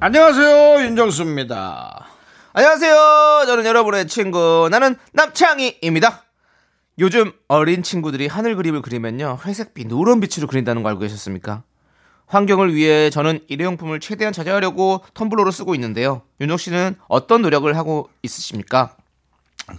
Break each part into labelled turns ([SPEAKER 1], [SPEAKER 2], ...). [SPEAKER 1] 안녕하세요 윤정수입니다
[SPEAKER 2] 안녕하세요. 저는 여러분의 친구. 나는 남창희입니다. 요즘 어린 친구들이 하늘 그림을 그리면요. 회색빛, 노란 빛으로 그린다는 거 알고 계셨습니까? 환경을 위해 저는 일회용품을 최대한 자제하려고 텀블러로 쓰고 있는데요. 윤종 씨는 어떤 노력을 하고 있으십니까?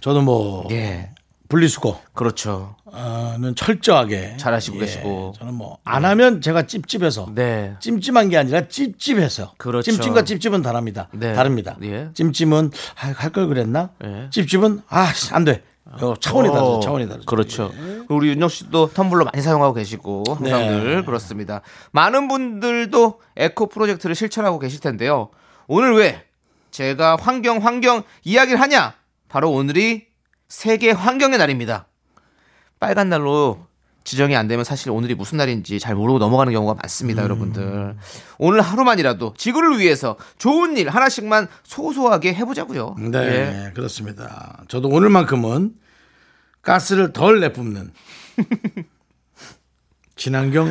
[SPEAKER 1] 저는 뭐
[SPEAKER 2] 예.
[SPEAKER 1] 분리수거
[SPEAKER 2] 그렇죠.
[SPEAKER 1] 어, 는 철저하게
[SPEAKER 2] 잘하시고
[SPEAKER 1] 예,
[SPEAKER 2] 계시고.
[SPEAKER 1] 저는 뭐 안 하면 제가 찝찝해서
[SPEAKER 2] 네.
[SPEAKER 1] 찜찜한 게 아니라 찝찝해서
[SPEAKER 2] 그렇죠.
[SPEAKER 1] 찜찜과 찝찝은 다릅니다
[SPEAKER 2] 네.
[SPEAKER 1] 다릅니다
[SPEAKER 2] 예.
[SPEAKER 1] 찜찜은 아, 할걸 그랬나
[SPEAKER 2] 예. 어,
[SPEAKER 1] 찝찝은 아안돼 차원이 다르죠 차원이 다르죠 예.
[SPEAKER 2] 그렇죠. 우리 윤정 씨도 텀블러 많이 사용하고 계시고 항상
[SPEAKER 1] 네.
[SPEAKER 2] 늘 그렇습니다. 많은 분들도 에코 프로젝트를 실천하고 계실 텐데요. 오늘 왜 제가 환경 환경 이야기를 하냐? 바로 오늘이 세계 환경의 날입니다. 빨간 날로 지정이 안 되면 사실 오늘이 무슨 날인지 잘 모르고 넘어가는 경우가 많습니다,
[SPEAKER 1] 음.
[SPEAKER 2] 여러분들. 오늘 하루만이라도 지구를 위해서 좋은 일 하나씩만 소소하게 해보자고요. 예.
[SPEAKER 1] 네, 그렇습니다. 저도 오늘만큼은 가스를 덜 내뿜는 친환경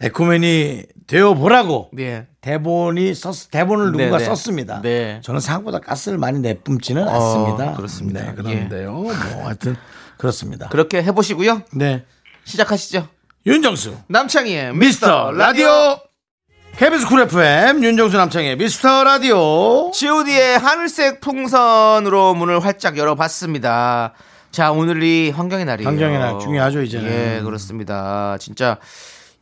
[SPEAKER 1] 에코맨이 되어 보라고
[SPEAKER 2] 네.
[SPEAKER 1] 대본이 썼 대본을
[SPEAKER 2] 네,
[SPEAKER 1] 누군가
[SPEAKER 2] 네.
[SPEAKER 1] 썼습니다.
[SPEAKER 2] 네. 어,
[SPEAKER 1] 저는 생각보다 가스를 많이 내뿜지는 않습니다.
[SPEAKER 2] 그렇습니다. 예.
[SPEAKER 1] 네, 그런데요. 뭐 하여튼 그렇습니다.
[SPEAKER 2] 그렇게 해보시고요.
[SPEAKER 1] 네.
[SPEAKER 2] 시작하시죠.
[SPEAKER 1] 윤정수
[SPEAKER 2] 남창희의
[SPEAKER 1] 미스터 라디오 KBS 쿨 FM 윤정수 남창의 미스터 라디오
[SPEAKER 2] GOD의 하늘색 풍선으로 문을 활짝 열어봤습니다. 자, 오늘이 환경의 날이에요.
[SPEAKER 1] 환경의 날 중요하죠, 이제는.
[SPEAKER 2] 예, 그렇습니다. 진짜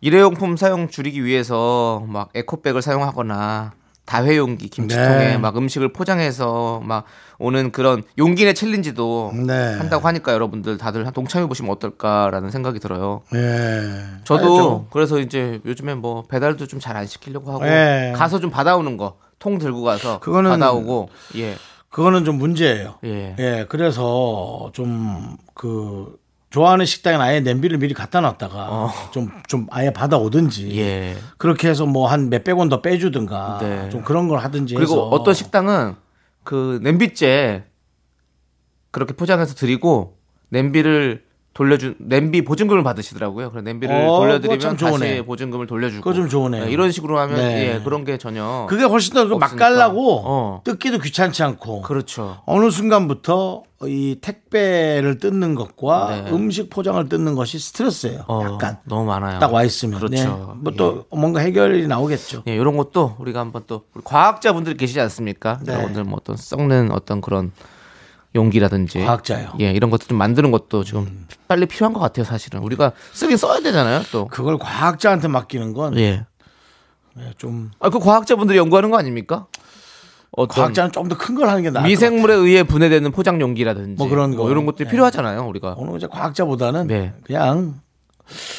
[SPEAKER 2] 일회용품 사용 줄이기 위해서 막 에코백을 사용하거나 다회용기 김치통에
[SPEAKER 1] 네.
[SPEAKER 2] 막 음식을 포장해서 막 오는 그런 용기내 챌린지도
[SPEAKER 1] 네.
[SPEAKER 2] 한다고 하니까 여러분들 다들 동참해 보시면 어떨까라는 생각이 들어요.
[SPEAKER 1] 예.
[SPEAKER 2] 저도
[SPEAKER 1] 하여튼
[SPEAKER 2] 그래서 이제 요즘에 뭐 배달도 좀 잘 안 시키려고 하고
[SPEAKER 1] 예.
[SPEAKER 2] 가서 좀 받아오는 거 통 들고 가서
[SPEAKER 1] 그거는
[SPEAKER 2] 받아오고 예.
[SPEAKER 1] 그거는 좀 문제예요.
[SPEAKER 2] 예.
[SPEAKER 1] 그래서 좀 그 좋아하는 식당에 아예 냄비를 미리 갖다
[SPEAKER 2] 어.
[SPEAKER 1] 놨다가 좀 좀 아예 받아오든지
[SPEAKER 2] 예.
[SPEAKER 1] 그렇게 해서 뭐 한 몇백 원 더 빼주든가
[SPEAKER 2] 네.
[SPEAKER 1] 좀 그런 걸 하든지
[SPEAKER 2] 그리고
[SPEAKER 1] 해서.
[SPEAKER 2] 어떤 식당은 그 냄비째 그렇게 포장해서 드리고 냄비를 돌려준 냄비 보증금을 받으시더라고요. 그래 냄비를
[SPEAKER 1] 어,
[SPEAKER 2] 돌려드리면
[SPEAKER 1] 그거 참 좋으네.
[SPEAKER 2] 다시 보증금을 돌려주고
[SPEAKER 1] 그거 좀 좋으네요.
[SPEAKER 2] 예, 이런 식으로 하면
[SPEAKER 1] 네.
[SPEAKER 2] 예, 그런 게 전혀
[SPEAKER 1] 그게 훨씬 더 막
[SPEAKER 2] 없으니까.
[SPEAKER 1] 갈라고
[SPEAKER 2] 어.
[SPEAKER 1] 뜯기도 귀찮지 않고
[SPEAKER 2] 그렇죠.
[SPEAKER 1] 어느 순간부터 이 택배를 뜯는 것과
[SPEAKER 2] 네.
[SPEAKER 1] 음식 포장을 뜯는 것이 스트레스예요.
[SPEAKER 2] 어,
[SPEAKER 1] 약간
[SPEAKER 2] 너무 많아요.
[SPEAKER 1] 딱 와 있으면
[SPEAKER 2] 그렇죠.
[SPEAKER 1] 뭐 또 뭔가 해결이 나오겠죠.
[SPEAKER 2] 예, 이런 것도 우리가 한번 또 우리 과학자분들 계시지 않습니까?
[SPEAKER 1] 네.
[SPEAKER 2] 여러분들 뭐 어떤 썩는 어떤 그런 용기라든지
[SPEAKER 1] 과학자요. 음.
[SPEAKER 2] 예, 이런 것도 좀 만드는 것도 지금 빨리 필요한 것 같아요, 사실은. 우리가 쓰긴 써야 되잖아요, 또.
[SPEAKER 1] 그걸 과학자한테 맡기는 건
[SPEAKER 2] 예.
[SPEAKER 1] 네, 좀
[SPEAKER 2] 아, 그 과학자분들이 연구하는 거 아닙니까? 어떤
[SPEAKER 1] 과학자는 좀 더 큰 걸 하는 게 나아.
[SPEAKER 2] 미생물에 의해 분해되는 포장 용기라든지
[SPEAKER 1] 뭐 그런 거.
[SPEAKER 2] 이런 것들이
[SPEAKER 1] 네.
[SPEAKER 2] 필요하잖아요, 우리가.
[SPEAKER 1] 오늘 이제 과학자보다는
[SPEAKER 2] 네.
[SPEAKER 1] 그냥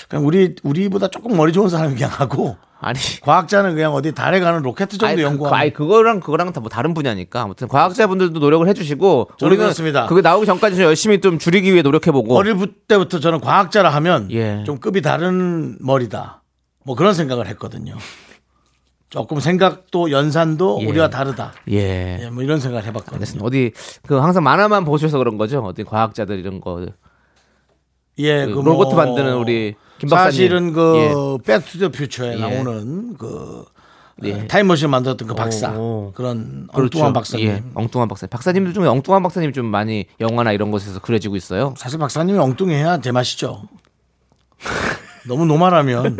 [SPEAKER 1] 그냥 우리 우리보다 조금 머리 좋은 사람이 그냥 하고
[SPEAKER 2] 아니.
[SPEAKER 1] 과학자는 그냥 어디 달에 가는 로켓 정도
[SPEAKER 2] 아니, 그,
[SPEAKER 1] 연구하고
[SPEAKER 2] 아니 그거랑 그거랑 다 뭐 다른 분야니까 아무튼 과학자분들도 노력을 해주시고
[SPEAKER 1] 저는 그렇습니다.
[SPEAKER 2] 그게 나오기 전까지 좀 열심히 좀 줄이기 위해 노력해보고
[SPEAKER 1] 어릴 부- 때부터 저는 과학자라 하면
[SPEAKER 2] 예.
[SPEAKER 1] 좀 급이 다른 머리다. 뭐 그런 생각을 했거든요. 조금 생각도 연산도
[SPEAKER 2] 예.
[SPEAKER 1] 우리와 다르다.
[SPEAKER 2] 예.
[SPEAKER 1] 예, 뭐 이런 생각을 해봤거든요.
[SPEAKER 2] 알겠습니다. 어디 그 항상 만화만 보셔서 그런 거죠? 어디 과학자들 이런 거
[SPEAKER 1] 예,
[SPEAKER 2] 그
[SPEAKER 1] 뭐-
[SPEAKER 2] 로봇 만드는 우리 김 박사님.
[SPEAKER 1] 사실은 그
[SPEAKER 2] 예.
[SPEAKER 1] 백투더퓨처에
[SPEAKER 2] 예.
[SPEAKER 1] 나오는 그
[SPEAKER 2] 예.
[SPEAKER 1] 타임머신 만들었던 그 박사
[SPEAKER 2] 오.
[SPEAKER 1] 그런 엉뚱한
[SPEAKER 2] 그렇죠.
[SPEAKER 1] 박사님.
[SPEAKER 2] 예, 엉뚱한 박사님. 박사님들 중에 엉뚱한 박사님이 좀 많이 영화나 이런 곳에서 그려지고 있어요.
[SPEAKER 1] 사실 박사님이 엉뚱해야 제맛이죠. 너무 노말하면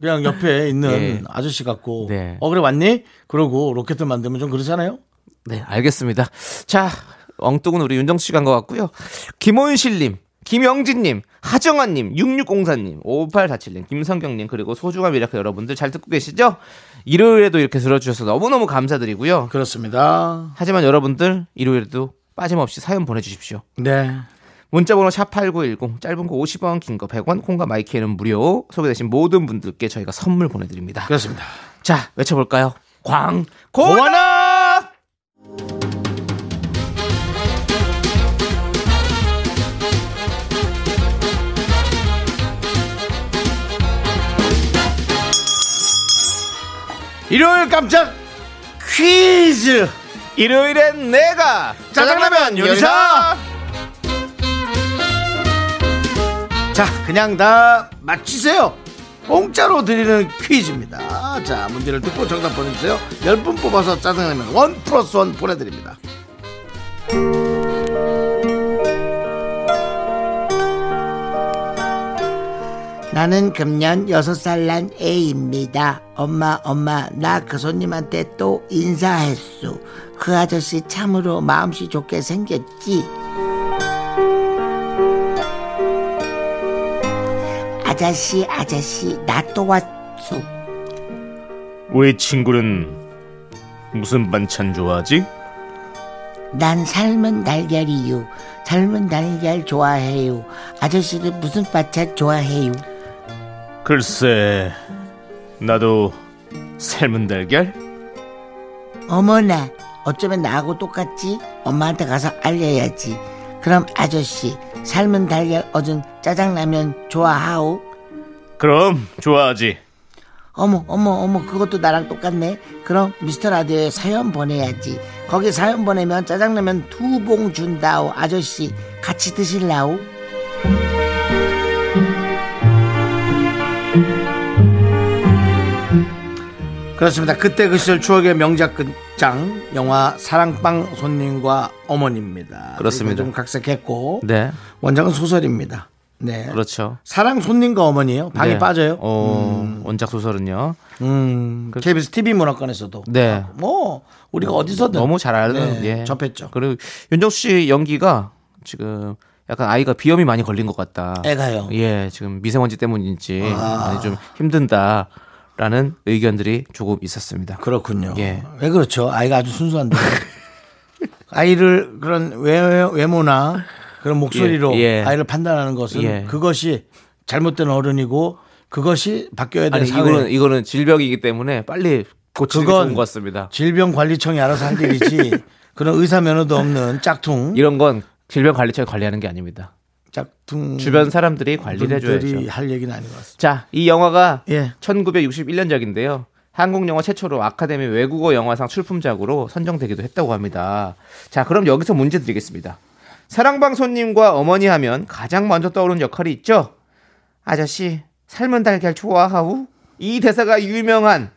[SPEAKER 1] 그냥 옆에 있는
[SPEAKER 2] 예.
[SPEAKER 1] 아저씨 같고
[SPEAKER 2] 네.
[SPEAKER 1] 어 그래 왔니? 그러고 로켓을 만들면 좀 그러잖아요.
[SPEAKER 2] 네, 알겠습니다. 자, 엉뚱은 우리 윤정 씨간 것 같고요. 김원실님, 김영진님, 하정아님, 6604님, 5847님, 김성경님 그리고 소중한 미라클 여러분들 잘 듣고 계시죠? 일요일에도 이렇게 들어주셔서 너무너무 감사드리고요.
[SPEAKER 1] 그렇습니다.
[SPEAKER 2] 하지만 여러분들 일요일에도 빠짐없이 사연 보내주십시오.
[SPEAKER 1] 네.
[SPEAKER 2] 문자번호 샵8910 짧은 거 50원 긴 거 100원 콩과 마이키에는 무료 소개되신 모든 분들께 저희가 선물 보내드립니다
[SPEAKER 1] 그렇습니다.
[SPEAKER 2] 자 외쳐볼까요 광고나
[SPEAKER 1] 일요일 깜짝 퀴즈
[SPEAKER 2] 일요일엔 내가
[SPEAKER 1] 짜장라면 요리사! 자 그냥 다 맞히세요 공짜로 드리는 퀴즈입니다 자 문제를 듣고 정답 보내주세요 10분 뽑아서 짜장라면 원 플러스 원 보내드립니다 나는 금년 6살 난 애입니다. 엄마, 엄마, 나 그 손님한테 또 인사했어. 그 아저씨 참으로 마음씨 좋게 생겼지? 아저씨, 아저씨, 나 또 왔어.
[SPEAKER 3] 우리 친구는 무슨 반찬 좋아하지?
[SPEAKER 1] 난 삶은 달걀이요. 삶은 달걀 좋아해요. 아저씨는 무슨 반찬 좋아해요?
[SPEAKER 3] 글쎄, 나도 삶은 달걀?
[SPEAKER 1] 어머나 어쩌면 나하고 똑같지 엄마한테 가서 알려야지 그럼 아저씨 삶은 달걀 얻은 짜장라면 좋아하오
[SPEAKER 3] 그럼 좋아하지.
[SPEAKER 1] 어머 어머 어머 그것도 나랑 똑같네 그럼 미스터 라디오에 사연 보내야지 거기 사연 보내면 짜장라면 두 봉 준다오 아저씨 같이 드실라오 그렇습니다. 그때 그 시절 추억의 명작극장 영화 사랑방 손님과 어머니입니다.
[SPEAKER 2] 그렇습니다.
[SPEAKER 1] 좀 각색했고
[SPEAKER 2] 네.
[SPEAKER 1] 원작은 소설입니다. 네.
[SPEAKER 2] 그렇죠.
[SPEAKER 1] 사랑 손님과 어머니예요. 방이
[SPEAKER 2] 네.
[SPEAKER 1] 빠져요.
[SPEAKER 2] 어, 원작 소설은요.
[SPEAKER 1] 음, KBS TV 문화관에서도
[SPEAKER 2] 네.
[SPEAKER 1] 뭐 우리가 어디서든
[SPEAKER 2] 너무 잘 알아요.
[SPEAKER 1] 네,
[SPEAKER 2] 예.
[SPEAKER 1] 접했죠.
[SPEAKER 2] 그리고 윤정수 씨 연기가 지금 약간 아이가 비염이 많이 걸린 것 같다.
[SPEAKER 1] 애가요. 아.
[SPEAKER 2] 예, 지금 미세먼지 때문인지 많이 좀 힘든다라는 의견들이 조금 있었습니다.
[SPEAKER 1] 그렇군요.
[SPEAKER 2] 예.
[SPEAKER 1] 왜 그렇죠? 아이가 아주 순수한데 아이를 그런 외, 외모나 그런 목소리로
[SPEAKER 2] 예, 예.
[SPEAKER 1] 아이를 판단하는 것은
[SPEAKER 2] 예.
[SPEAKER 1] 그것이 잘못된 어른이고 그것이 바뀌어야 되는
[SPEAKER 2] 아니
[SPEAKER 1] 사회.
[SPEAKER 2] 이거는 이거는 질병이기 때문에 빨리 고치는 게
[SPEAKER 1] 그건
[SPEAKER 2] 좋은 것 같습니다.
[SPEAKER 1] 질병관리청이 알아서 할 일이지 그런 의사 면허도 없는 짝퉁
[SPEAKER 2] 이런 건 질병 관리처에 관리하는 게 아닙니다.
[SPEAKER 1] 짝퉁
[SPEAKER 2] 주변 사람들이 관리를
[SPEAKER 1] 분들이
[SPEAKER 2] 해줘야죠.
[SPEAKER 1] 할 얘기는 아닌 것 같습니다.
[SPEAKER 2] 자, 이 영화가
[SPEAKER 1] 예.
[SPEAKER 2] 1961년작인데요. 한국 영화 최초로 아카데미 외국어 영화상 출품작으로 선정되기도 했다고 합니다. 자, 그럼 여기서 문제 드리겠습니다. 사랑방 손님과 어머니 하면 가장 먼저 떠오르는 역할이 있죠. 아저씨, 삶은 달걀 좋아하우? 이 대사가 유명한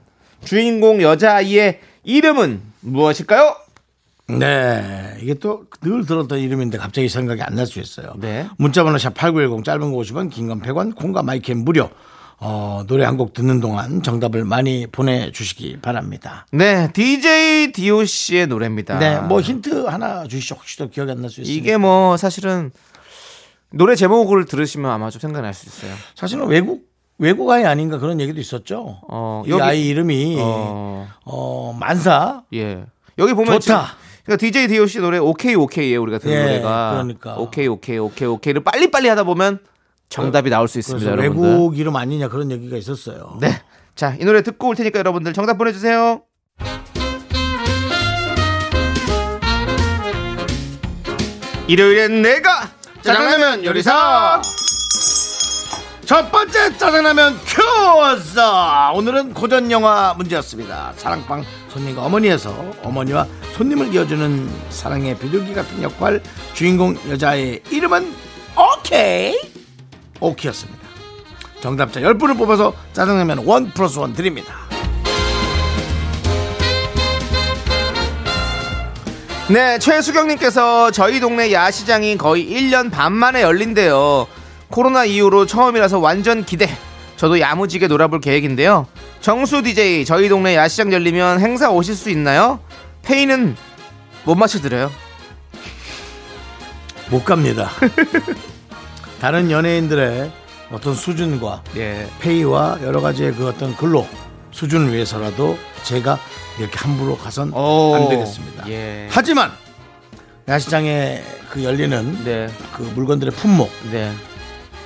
[SPEAKER 2] 주인공 여자아이의 이름은 무엇일까요?
[SPEAKER 1] 네. 이게 또 늘 들었던 이름인데 갑자기 생각이 안 날 수 있어요.
[SPEAKER 2] 네.
[SPEAKER 1] 문자번호 샵8910 짧은 거 50원, 긴 건 100원, 콩과 마이캠 무료. 어, 노래 한 곡 듣는 동안 정답을 많이 보내주시기 바랍니다.
[SPEAKER 2] 네, DJ DOC의 노래입니다.
[SPEAKER 1] 네. 뭐 힌트 하나 주시죠. 혹시 또 기억이 안 날 수 있어요.
[SPEAKER 2] 아. 이게 뭐 사실은 노래 제목을 들으시면 아마 좀 생각날 수 있어요.
[SPEAKER 1] 사실은 외국, 외국 아이 아닌가 그런 얘기도 있었죠.
[SPEAKER 2] 어,
[SPEAKER 1] 이
[SPEAKER 2] 여기-
[SPEAKER 1] 아이 이름이
[SPEAKER 2] 어.
[SPEAKER 1] 어, 만사
[SPEAKER 2] 예. 여기
[SPEAKER 1] 좋다.
[SPEAKER 2] 보면 지금- 그러니까 DJ DOC 노래 오케이 오케이에 우리가 들은
[SPEAKER 1] 예,
[SPEAKER 2] 노래가
[SPEAKER 1] 그러니까.
[SPEAKER 2] 오케이 오케이 오케이 오케이를 빨리 빨리 하다 보면 정답이 나올 수 있습니다,
[SPEAKER 1] 그래서
[SPEAKER 2] 여러분들.
[SPEAKER 1] 외국 이름 아니냐 그런 얘기가 있었어요.
[SPEAKER 2] 네. 자, 이 노래 듣고 올 테니까 여러분들 정답 보내 주세요. 일요일엔 내가 짜장라면 요리사
[SPEAKER 1] 첫 번째 짜장라면 큐어스 아, 오늘은 고전 영화 문제였습니다. 사랑방 손님과 어머니에서 어머니와 손님을 이어주는 사랑의 비둘기 같은 역할 주인공 여자의 이름은 오케이 오케이였습니다. 정답자 10분을 뽑아서 짜장라면 원 플러스 원 드립니다.
[SPEAKER 2] 네, 최수경님께서 저희 동네 야시장이 거의 1년 반 만에 열린대요. 코로나 이후로 처음이라서 완전 기대. 저도 야무지게 놀아볼 계획인데요. 정수 DJ, 저희 동네 야시장 열리면 행사 오실 수 있나요? 페이는 못 맞춰드려요.
[SPEAKER 1] 못 갑니다. 다른 연예인들의 어떤 수준과
[SPEAKER 2] 예.
[SPEAKER 1] 페이와 여러 가지의 그 어떤 근로 수준을 위해서라도 제가 이렇게 함부로 가선
[SPEAKER 2] 오,
[SPEAKER 1] 안 되겠습니다.
[SPEAKER 2] 예.
[SPEAKER 1] 하지만 야시장에 그 열리는
[SPEAKER 2] 네,
[SPEAKER 1] 그 물건들의 품목
[SPEAKER 2] 네.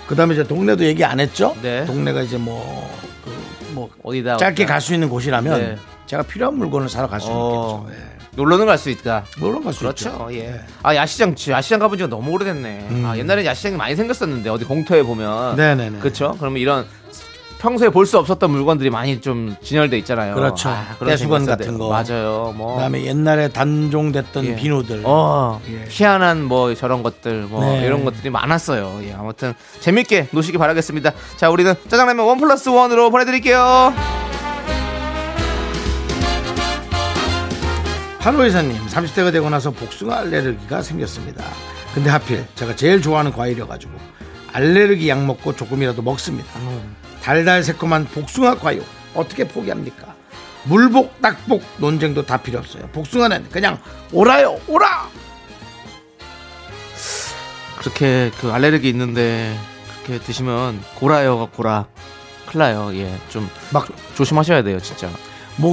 [SPEAKER 1] 그다음에 이제 동네도 얘기 안 했죠.
[SPEAKER 2] 네.
[SPEAKER 1] 동네가 이제 뭐, 그, 뭐
[SPEAKER 2] 어디다.
[SPEAKER 1] 짧게
[SPEAKER 2] 어디다.
[SPEAKER 1] 갈 수 있는 곳이라면
[SPEAKER 2] 네.
[SPEAKER 1] 제가 필요한 물건을 사러 갈 수
[SPEAKER 2] 어.
[SPEAKER 1] 있겠죠. 예.
[SPEAKER 2] 놀러는 갈 수 있다.
[SPEAKER 1] 물론 갈수
[SPEAKER 2] 그렇죠.
[SPEAKER 1] 있죠. 네.
[SPEAKER 2] 예. 아, 야시장, 야시장 가본 지가 너무 오래됐네. 아, 옛날에 야시장이 많이 생겼었는데, 어디 공터에 보면.
[SPEAKER 1] 음. 네네네.
[SPEAKER 2] 그렇죠. 그러면 이런 평소에 볼 수 없었던 물건들이 많이 좀 진열돼 있잖아요.
[SPEAKER 1] 그렇죠.
[SPEAKER 2] 그런
[SPEAKER 1] 떼수건
[SPEAKER 2] 재미있어요.
[SPEAKER 1] 같은 거.
[SPEAKER 2] 맞아요. 뭐
[SPEAKER 1] 그다음에 옛날에 단종됐던
[SPEAKER 2] 예.
[SPEAKER 1] 비누들.
[SPEAKER 2] 어
[SPEAKER 1] 예.
[SPEAKER 2] 희한한 뭐 저런 것들 뭐
[SPEAKER 1] 네.
[SPEAKER 2] 이런 것들이 많았어요. 예, 아무튼 재밌게 노시기 바라겠습니다. 자 우리는 짜장라면 원 플러스 원으로 보내드릴게요.
[SPEAKER 1] 하루 회사님 30대가 되고 나서 복숭아 알레르기가 생겼습니다. 근데 하필 제가 제일 좋아하는 과일이어가지고 알레르기 약 먹고 조금이라도 먹습니다.
[SPEAKER 2] 음.
[SPEAKER 1] 달달 새콤한 복숭아 과육 어떻게 포기합니까? 물복 딱복 논쟁도 다 필요 없어요. 복숭아는 그냥 오라요 오라.
[SPEAKER 2] 그렇게 그 알레르기 있는데 그렇게 드시면 고라요 고라 클라요. 예 좀
[SPEAKER 1] 막 목
[SPEAKER 2] 조심하셔야 돼요 진짜.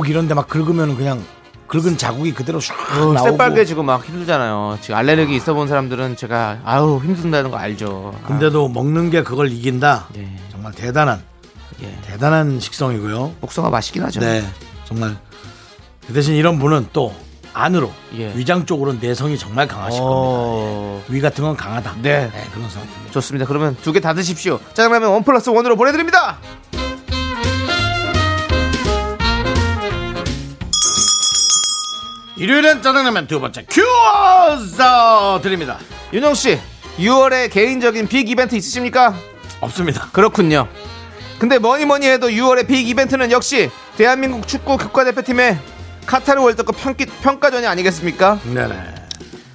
[SPEAKER 1] 이런데 막 긁으면 그냥 긁은 자국이 그대로 쫙 나오고.
[SPEAKER 2] 어, 새빨개지고 막 힘들잖아요. 지금 알레르기 있어 본 사람들은 제가 아우 힘든다는 거 알죠. 아,
[SPEAKER 1] 근데도 먹는 게 그걸 이긴다.
[SPEAKER 2] 예,
[SPEAKER 1] 정말 대단한
[SPEAKER 2] 예.
[SPEAKER 1] 대단한 식성이고요.
[SPEAKER 2] 복숭아 맛있긴 하죠.
[SPEAKER 1] 네, 정말 그 대신 이런 분은 또 안으로
[SPEAKER 2] 예.
[SPEAKER 1] 위장 쪽으로는 내성이 정말 강하실 겁니다.
[SPEAKER 2] 어,
[SPEAKER 1] 예. 위 같은 건 강하다.
[SPEAKER 2] 네.
[SPEAKER 1] 그런 사람입니다.
[SPEAKER 2] 좋습니다. 그러면 두 개 다 드십시오. 짜장라면 원 플러스 원으로 보내드립니다.
[SPEAKER 1] 일요일엔 짜장라면 두 번째 큐어서 드립니다.
[SPEAKER 2] 윤영 씨, 6월에 개인적인 빅 이벤트 있으십니까?
[SPEAKER 1] 없습니다.
[SPEAKER 2] 그렇군요. 근데 뭐니 뭐니 해도 6월의 빅 이벤트는 역시 대한민국 축구 국가대표팀의 카타르 월드컵 평기, 평가전이 아니겠습니까?
[SPEAKER 1] 네네.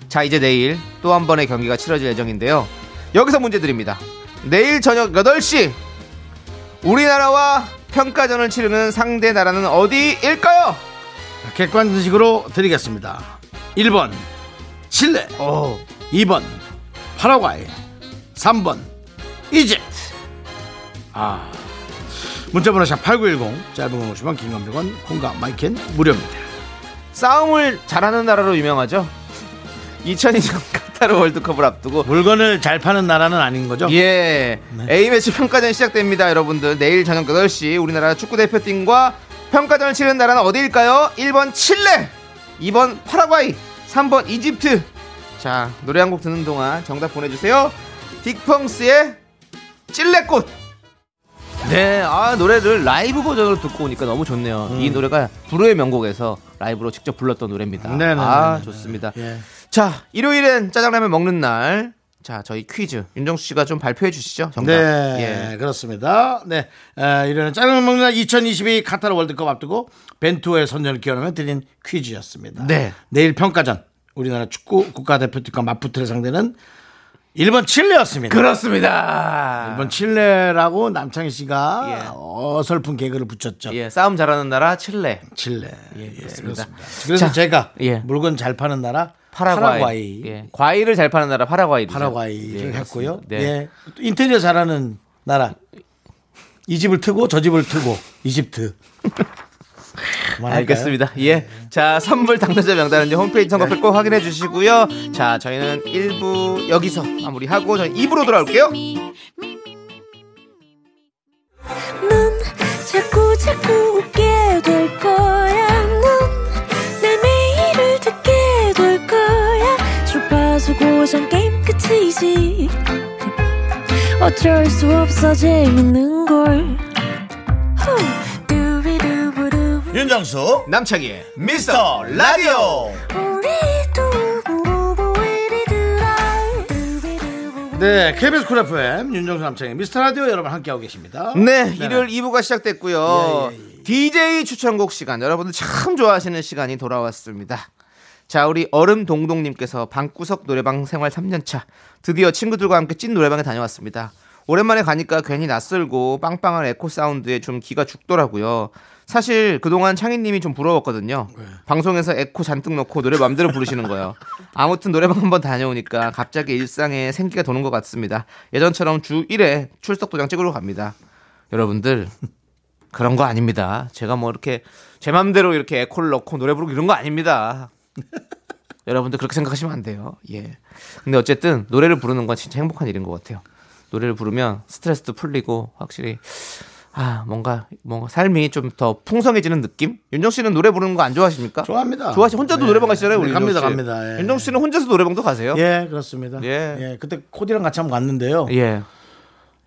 [SPEAKER 2] 자 이제 내일 또 한 번의 경기가 치러질 예정인데요 여기서 문제 드립니다 내일 저녁 8시 우리나라와 평가전을 치르는 상대 나라는 어디일까요?
[SPEAKER 1] 객관식으로 드리겠습니다. 1번 칠레, 2번 파라과이, 3번 이집트. 아 문자번호 샵 #8910 짧은 건 50원, 긴건 100원, 콩과 마이켄 무료입니다.
[SPEAKER 2] 싸움을 잘하는 나라로 유명하죠 2002년 카타르 월드컵을 앞두고
[SPEAKER 1] 물건을 잘 파는 나라는 아닌 거죠?
[SPEAKER 2] 예 A매치 평가전 시작됩니다 여러분들 내일 저녁 8시 우리나라 축구대표팀과 평가전을 치르는 나라는 어디일까요? 1번 칠레 2번 파라과이 3번 이집트 자 노래 한 곡 듣는 동안 정답 보내주세요 딕펑스의 찔레꽃 네, 아 노래를 라이브 버전으로 듣고 오니까 너무 좋네요. 이 노래가 불후의 명곡에서 라이브로 직접 불렀던 노래입니다.
[SPEAKER 1] 네네네.
[SPEAKER 2] 아 좋습니다.
[SPEAKER 1] 예.
[SPEAKER 2] 자, 일요일엔 짜장라면 먹는 날. 자, 저희 퀴즈 윤정수 씨가 좀 발표해 주시죠. 정답. 예.
[SPEAKER 1] 네, 그렇습니다. 네, 아, 이런 짜장면 먹는 날 2022 카타르 월드컵 앞두고 벤투의 선전을 기원하며 드린 퀴즈였습니다.
[SPEAKER 2] 네.
[SPEAKER 1] 내일 평가전 우리나라 축구 국가대표팀과 맞붙을 상대는 1번 칠레였습니다.
[SPEAKER 2] 그- 그렇습니다.
[SPEAKER 1] 1번 칠레라고 남창희 씨가
[SPEAKER 2] 예.
[SPEAKER 1] 어설픈 개그를 붙였죠.
[SPEAKER 2] 예, 싸움 잘하는 나라 칠레.
[SPEAKER 1] 칠레. 예,
[SPEAKER 2] 그렇습니다.
[SPEAKER 1] 그래서
[SPEAKER 2] 자,
[SPEAKER 1] 제가
[SPEAKER 2] 예.
[SPEAKER 1] 물건 잘 파는 나라
[SPEAKER 2] 파라과이.
[SPEAKER 1] 파라과이,
[SPEAKER 2] 예. 과일을 잘 파는 나라 파라과이. 예,
[SPEAKER 1] 파라과이를 했고요.
[SPEAKER 2] 네.
[SPEAKER 1] 예. 또 인테리어 잘하는 나라. 이 집을 트고 저 집을 트고 이집트. 그만할까요?
[SPEAKER 2] 알겠습니다. 네. 예. 자, 선물 당첨자 명단은요. 홈페이지 선거표 꼭 확인해 주시고요. 자, 저희는 1부 여기서 마무리하고 저희 2부로 돌아올게요.
[SPEAKER 4] 넌 자꾸 자꾸 웃게 될 거야. 넌내 매일을 듣게 될 거야. 주파수 고정 게임 끝이지. 어쩔 수 없어 재밌는 걸. 후. 두비두부두.
[SPEAKER 1] 윤정수
[SPEAKER 2] 남창희의 미스터 라디오.
[SPEAKER 4] 우리 두부부부리두라. 두비두부부.
[SPEAKER 1] 네, KBS 쿨 FM 윤정수 남창의 미스터 라디오 여러분 함께하고 계십니다.
[SPEAKER 2] 네,
[SPEAKER 1] 네네.
[SPEAKER 2] 일요일 2부가 시작됐고요.
[SPEAKER 1] 예, 예,
[SPEAKER 2] DJ 추천곡 시간. 여러분들 참 좋아하시는 시간이 돌아왔습니다. 자, 우리 얼음 동동님께서 방구석 노래방 생활 3년차 드디어 친구들과 함께 찐 노래방에 다녀왔습니다. 오랜만에 가니까 괜히 낯설고 빵빵한 에코 사운드에 좀 기가 죽더라고요. 사실 그동안 창희님이 좀 부러웠거든요.
[SPEAKER 1] 네.
[SPEAKER 2] 방송에서 에코 잔뜩 넣고 노래 맘대로 부르시는 거예요. 아무튼 노래방 한번 다녀오니까 갑자기 일상에 생기가 도는 것 같습니다. 예전처럼 주 1회 출석 도장 찍으러 갑니다. 여러분들 그런 거 아닙니다. 제가 뭐 이렇게 제 맘대로 이렇게 에코를 넣고 노래 부르고 이런 거 아닙니다. 여러분들 그렇게 생각하시면 안 돼요. 예. 근데 어쨌든 노래를 부르는 건 진짜 행복한 일인 것 같아요. 노래를 부르면 스트레스도 풀리고 확실히 아 뭔가 뭔가 삶이 좀 더 풍성해지는 느낌? 윤정 씨는 노래 부르는 거 안 좋아하십니까?
[SPEAKER 1] 좋아합니다.
[SPEAKER 2] 좋아하시 혼자도
[SPEAKER 1] 네.
[SPEAKER 2] 노래방 가시잖아요.
[SPEAKER 1] 네,
[SPEAKER 2] 우리
[SPEAKER 1] 갑니다,
[SPEAKER 2] 윤정 씨.
[SPEAKER 1] 갑니다. 예.
[SPEAKER 2] 윤정 씨는 혼자서 노래방도 가세요?
[SPEAKER 1] 예, 그렇습니다.
[SPEAKER 2] 예.
[SPEAKER 1] 예. 그때 코디랑 같이 한번 갔는데요.
[SPEAKER 2] 예.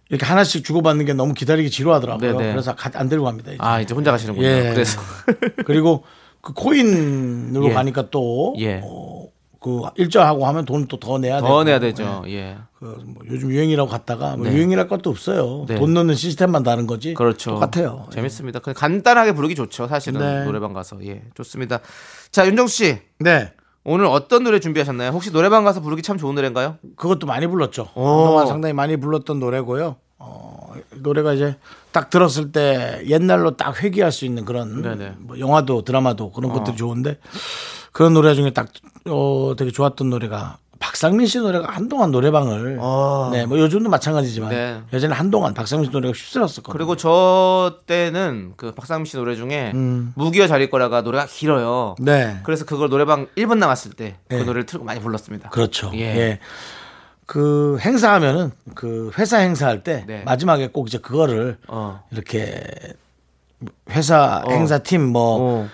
[SPEAKER 1] 이렇게 하나씩 주고받는 게 너무 기다리기 지루하더라고요.
[SPEAKER 2] 네네.
[SPEAKER 1] 그래서 가- 안 들고 갑니다. 이제.
[SPEAKER 2] 아 이제 혼자 가시는군요.
[SPEAKER 1] 예.
[SPEAKER 2] 그래서
[SPEAKER 1] 그리고 그 코인으로
[SPEAKER 2] 예.
[SPEAKER 1] 가니까 또.
[SPEAKER 2] 예.
[SPEAKER 1] 어, 그 일자하고 하면 돈 또 더 내야
[SPEAKER 2] 더
[SPEAKER 1] 되고.
[SPEAKER 2] 내야 되죠. 예.
[SPEAKER 1] 그 뭐 요즘 유행이라고 갔다가 뭐
[SPEAKER 2] 네.
[SPEAKER 1] 유행이랄 것도 없어요.
[SPEAKER 2] 네.
[SPEAKER 1] 돈 넣는 시스템만 다른 거지.
[SPEAKER 2] 그렇죠.
[SPEAKER 1] 똑같아요.
[SPEAKER 2] 재밌습니다. 그냥 간단하게 부르기 좋죠. 사실은
[SPEAKER 1] 네.
[SPEAKER 2] 노래방 가서 예 좋습니다. 자 윤정수 씨
[SPEAKER 1] 네.
[SPEAKER 2] 오늘 어떤 노래 준비하셨나요? 혹시 노래방 가서 부르기 참 좋은 노래인가요?
[SPEAKER 1] 그것도 많이 불렀죠. 그동안 상당히 많이 불렀던 노래고요. 어, 노래가 이제 딱 들었을 때 옛날로 딱 회귀할 수 있는
[SPEAKER 2] 네네. 어.
[SPEAKER 1] 그런 뭐 영화도 드라마도 그런 것도 좋은데 그런 노래 중에 딱 어, 되게 좋았던 노래가 박상민 씨 노래가 한동안 노래방을 네, 뭐 요즘도 마찬가지지만
[SPEAKER 2] 어. 네.
[SPEAKER 1] 예전에 한동안 박상민 씨 노래가 휩쓸었었거든요.
[SPEAKER 2] 그리고 저 때는 그 박상민 씨 노래 중에 무기여 자릴 거라가 노래가 길어요.
[SPEAKER 1] 음. 네.
[SPEAKER 2] 그래서 그걸 노래방 1분 남았을 때 그
[SPEAKER 1] 네.
[SPEAKER 2] 노래를 틀고 많이 불렀습니다.
[SPEAKER 1] 그렇죠.
[SPEAKER 2] 예.
[SPEAKER 1] 예. 그 행사하면은 그 회사 행사할 때
[SPEAKER 2] 네.
[SPEAKER 1] 마지막에 꼭 이제 그거를
[SPEAKER 2] 어.
[SPEAKER 1] 이렇게 회사 행사팀 뭐
[SPEAKER 2] 어.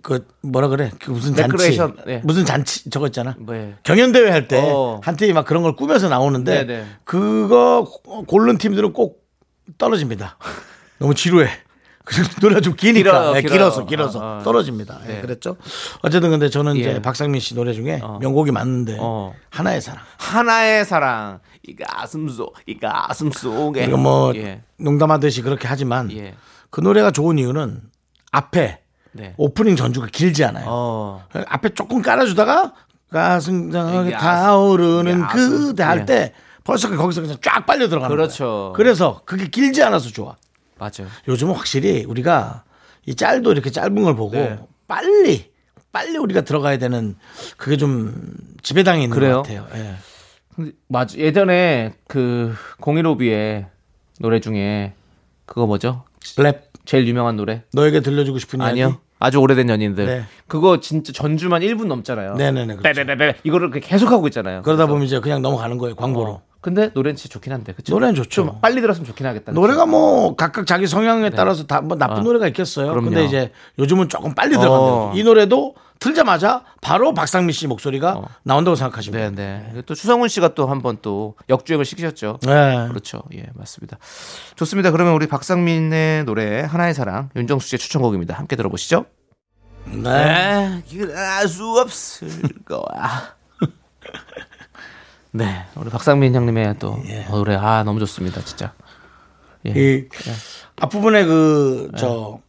[SPEAKER 1] 그 뭐라 그래 그 무슨 잔치
[SPEAKER 2] 데코레이션, 네.
[SPEAKER 1] 무슨 잔치 저거 있잖아
[SPEAKER 2] 네.
[SPEAKER 1] 경연 대회 할 때
[SPEAKER 2] 어.
[SPEAKER 1] 한 팀이 막 그런 걸 꾸며서 나오는데
[SPEAKER 2] 네네.
[SPEAKER 1] 그거 고른 팀들은 꼭 떨어집니다. 너무 지루해. 그래서 노래가 좀 기니까
[SPEAKER 2] 길어요,
[SPEAKER 1] 네,
[SPEAKER 2] 길어요.
[SPEAKER 1] 길어서 길어서
[SPEAKER 2] 아, 아.
[SPEAKER 1] 떨어집니다. 예,
[SPEAKER 2] 네.
[SPEAKER 1] 그랬죠. 어쨌든 근데 저는
[SPEAKER 2] 예.
[SPEAKER 1] 이제 박상민 씨 노래 중에
[SPEAKER 2] 어.
[SPEAKER 1] 명곡이 많은데
[SPEAKER 2] 어.
[SPEAKER 1] 하나의 사랑.
[SPEAKER 2] 하나의 사랑 이 가슴 속이 가슴 속에
[SPEAKER 1] 그리고 뭐
[SPEAKER 2] 예.
[SPEAKER 1] 농담하듯이 그렇게 하지만
[SPEAKER 2] 예.
[SPEAKER 1] 그 노래가 좋은 이유는 앞에
[SPEAKER 2] 네.
[SPEAKER 1] 오프닝 전주가 길지 않아요.
[SPEAKER 2] 어.
[SPEAKER 1] 앞에 조금 깔아주다가 가슴장하게
[SPEAKER 2] 이게
[SPEAKER 1] 타오르는
[SPEAKER 2] 아스- 이게 아스-
[SPEAKER 1] 그대 할
[SPEAKER 2] 예.
[SPEAKER 1] 때 벌써 거기서 그냥 쫙 빨려 들어가는
[SPEAKER 2] 그렇죠.
[SPEAKER 1] 거예요. 그래서 그게 길지 않아서 좋아.
[SPEAKER 2] 맞아요.
[SPEAKER 1] 요즘은 확실히 우리가 이 짤도 이렇게 짧은 걸 보고
[SPEAKER 2] 네.
[SPEAKER 1] 빨리 빨리 우리가 들어가야 되는 그게 좀 지배당이 있는
[SPEAKER 2] 그래요?
[SPEAKER 1] 것 같아요. 예.
[SPEAKER 2] 근데 맞아. 예전에 그 015B의 노래 중에 그거 뭐죠?
[SPEAKER 1] 랩
[SPEAKER 2] 제일 유명한 노래?
[SPEAKER 1] 너에게 들려주고 싶은 이야기.
[SPEAKER 2] 아니요. 아주 오래된 연인들.
[SPEAKER 1] 네.
[SPEAKER 2] 그거 진짜 전주만 1분 넘잖아요.
[SPEAKER 1] 네네네. 그렇죠.
[SPEAKER 2] 빼빼빼빼. 이거를 그렇게 계속 하고 있잖아요.
[SPEAKER 1] 그러다 보면 이제 그냥 넘어가는 거예요. 광고로. 어.
[SPEAKER 2] 어. 근데 노래는 진짜 좋긴 한데. 그쵸?
[SPEAKER 1] 노래는 좋죠.
[SPEAKER 2] 좀 빨리 들었으면 좋긴 하겠다.
[SPEAKER 1] 노래가 뭐 각각 자기 성향에 따라서 다 뭐 나쁜 노래가 있겠어요.
[SPEAKER 2] 그럼요.
[SPEAKER 1] 근데 이제 요즘은 조금 빨리
[SPEAKER 2] 어.
[SPEAKER 1] 들어간다이 노래도 틀자마자 바로 박상민 씨 목소리가 나온다고
[SPEAKER 2] 네,
[SPEAKER 1] 생각하시면 돼요.
[SPEAKER 2] 네. 또 추성훈 씨가 또 한 번 또 역주행을 시키셨죠.
[SPEAKER 1] 네.
[SPEAKER 2] 그렇죠. 예, 맞습니다. 좋습니다. 그러면 우리 박상민의 노래 하나의 사랑 윤정수 씨의 추천곡입니다. 함께 들어보시죠.
[SPEAKER 1] 네.
[SPEAKER 2] 그럴 수 없을 거야. 네, 우리 박상민 형님의 또 노래 아 너무 좋습니다, 진짜.
[SPEAKER 1] 이 앞부분에 그 저